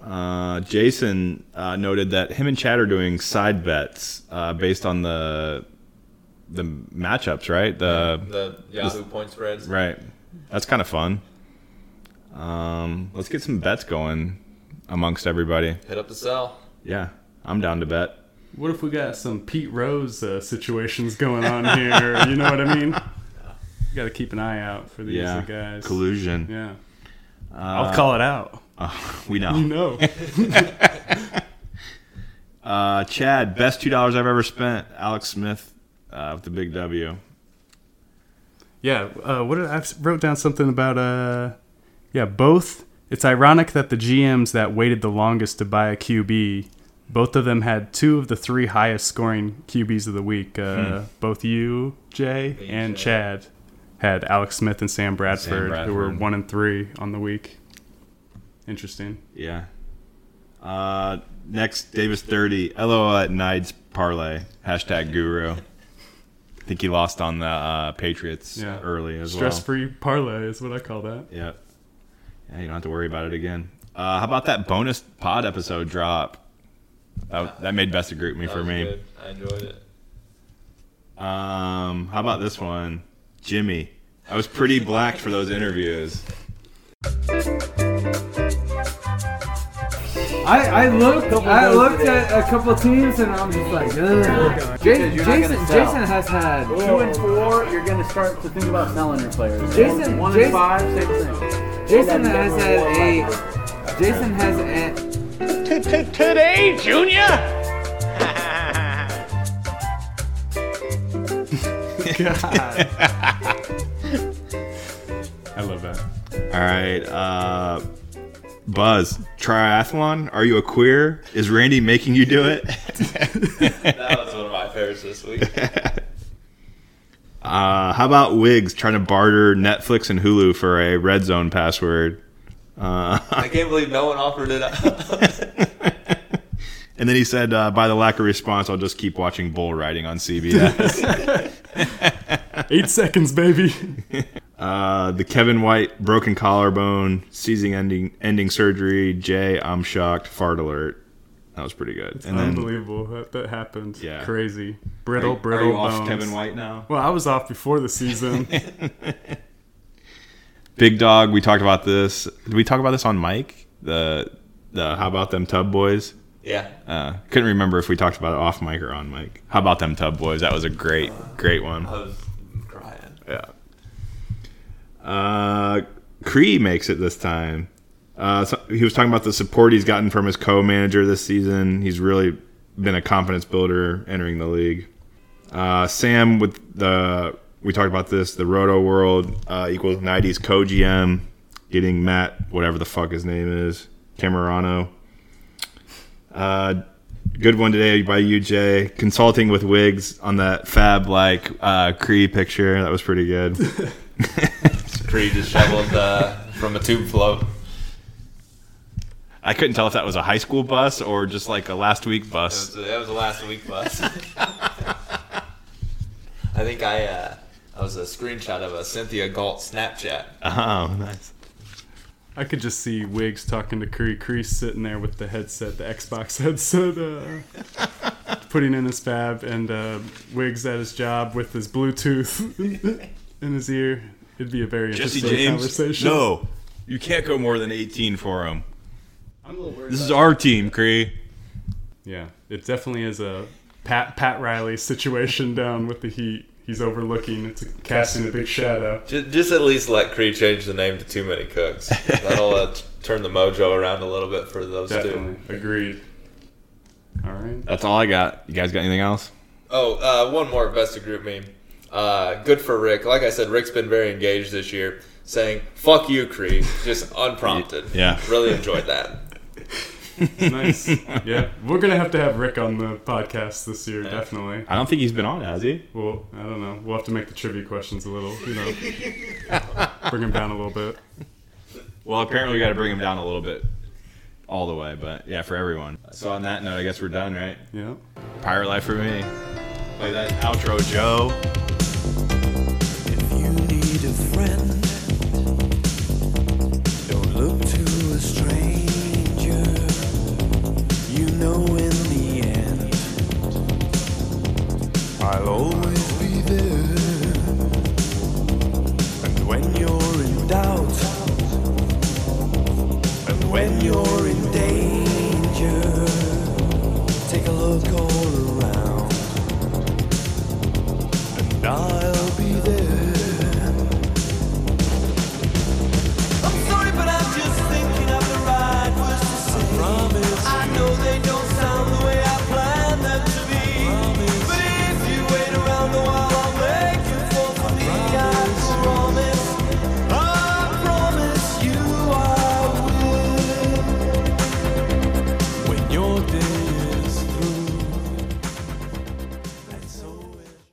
Speaker 2: Uh, Jason uh, noted that him and Chad are doing side bets uh, based on the the matchups, right? The
Speaker 4: the Yahoo point spreads.
Speaker 2: Right. That's kind of fun. Um, let's get some bets going amongst everybody.
Speaker 4: Hit up the cell.
Speaker 2: Yeah, I'm down to bet.
Speaker 3: What if we got some Pete Rose uh, situations going on here? you know what I mean? You got to keep an eye out for these
Speaker 2: Yeah,
Speaker 3: guys.
Speaker 2: collusion.
Speaker 3: Yeah.
Speaker 2: Uh,
Speaker 3: I'll call it out.
Speaker 2: we know.
Speaker 3: You know.
Speaker 2: Uh, Chad, best two dollars I've ever spent. Alex Smith uh, with the big W.
Speaker 3: Yeah, uh, what did, I wrote down something about uh, yeah, both. It's ironic that the GMs that waited the longest to buy a QB, both of them had two of the three highest scoring QBs of the week. Uh,
Speaker 2: Hmm.
Speaker 3: Both you, Jay, and Chad had Alex Smith and Sam Bradford, who were
Speaker 2: Bradford.
Speaker 3: one and three on the week. Interesting.
Speaker 2: Yeah. Uh, next, Davis thirty. LOL at Nides parlay. Hashtag Guru. I think he lost on the uh, Patriots
Speaker 3: Yeah.
Speaker 2: early as well.
Speaker 3: Stress-free parlay is what I call that.
Speaker 2: Yep. Yeah, you don't have to worry about it again. Uh, how about that bonus pod episode drop? That, that made best of group me
Speaker 4: That
Speaker 2: for
Speaker 4: was
Speaker 2: me.
Speaker 4: good. I enjoyed it.
Speaker 2: Um, how about this one, Jimmy? I was pretty blacked for those interviews.
Speaker 12: I, I looked I looked at a couple teams and I'm just like, ugh. Ja-
Speaker 13: Because you're not
Speaker 12: Jason
Speaker 13: gonna sell.
Speaker 12: Jason has had
Speaker 13: Two and four, you're going to start to think about selling your players.
Speaker 12: Jason-
Speaker 13: one
Speaker 12: Jason-
Speaker 13: and five, same thing.
Speaker 12: Jason has had a Jason has a
Speaker 10: Today, Junior.
Speaker 3: I love that.
Speaker 2: All right, uh, Buzz triathlon. Are you a queer? Is Randy making you do it?
Speaker 4: that was one of my favorites this week.
Speaker 2: Uh, how about Wigs trying to barter Netflix and Hulu for a red zone password? Uh,
Speaker 4: I can't believe no one offered it up.
Speaker 2: and then he said, uh, by the lack of response, I'll just keep watching bull riding on CBS.
Speaker 3: Eight seconds, baby.
Speaker 2: uh, the Kevin White broken collarbone, seizing ending ending surgery. Jay, I'm shocked. Fart alert. That was pretty good. and then
Speaker 3: Unbelievable that that happened.
Speaker 2: Yeah.
Speaker 3: Crazy. Brittle,
Speaker 2: Are you- are
Speaker 3: brittle
Speaker 2: you off
Speaker 3: bones.
Speaker 2: Kevin White now?
Speaker 3: Well, I was off before the season.
Speaker 2: Big Dog, we talked about this. Did we talk about this on Mike? The the how about them tub boys?
Speaker 4: Yeah.
Speaker 2: Uh, couldn't remember if we talked about it off mic or on mic. How about them tub boys? That was a great great one.
Speaker 4: I was crying.
Speaker 2: Yeah. Uh, Cree makes it this time. Uh, so he was talking about the support he's gotten from his co-manager this season. He's really been a confidence builder entering the league. Uh, Sam with the we talked about this the Roto World uh, equals '90s co-GM getting Matt whatever the fuck his name is Camerano. Uh, good one today by UJ. Consulting with wigs on that fab like uh, Cree picture. That was pretty good.
Speaker 4: Pretty disheveled uh, from a tube float.
Speaker 2: I couldn't tell if that was a high school bus or just like a last week
Speaker 4: That
Speaker 2: bus.
Speaker 4: was, that was the last week bus. I think I uh, I was a screenshot of a Cynthia Galt Snapchat.
Speaker 2: Oh, nice.
Speaker 3: I could just see Wiggs talking to Cree. Cree's sitting there with the headset, the Xbox headset, uh, putting in his fab, and uh, Wiggs at his job with his Bluetooth in his ear. It'd be a very
Speaker 2: Jesse
Speaker 3: interesting
Speaker 2: James.
Speaker 3: conversation.
Speaker 2: No, you can't go more than 18 for him.
Speaker 3: I'm a little worried
Speaker 2: This
Speaker 3: about
Speaker 2: is our team, Cree.
Speaker 3: Yeah, it definitely is a Pat Pat Riley situation down with the Heat. He's overlooking. It's casting a big shadow.
Speaker 4: Just, just at least let Cree change the name to Too Many Cooks. That'll uh, t- turn the mojo around a little bit for those
Speaker 3: Definitely
Speaker 4: two.
Speaker 3: agreed. All right.
Speaker 2: That's all I got. You guys got anything else?
Speaker 4: Oh, uh, one more best of group meme. Uh, good for Rick. Like I said, Rick's been very engaged this year, saying "fuck you, Cree," just unprompted.
Speaker 2: Yeah.
Speaker 4: really enjoyed that.
Speaker 3: nice. Yeah, we're gonna have to have Rick on the podcast this year, definitely.
Speaker 2: I don't think he's been on, has he?
Speaker 3: Well, I don't know. We'll have to make the trivia questions a little, you know, bring him down a little bit.
Speaker 2: Well, apparently we got to bring him down a little bit, all the way. But yeah, for everyone. So on that note, I guess we're done, right?
Speaker 3: Yeah.
Speaker 2: Pirate life for me. Play that outro, Joe.
Speaker 14: need a friend. Don't look to a stranger. You know, in the end, I'll always be there. And when you're in doubt, and when you're in danger, take a look all around, and I'll be there.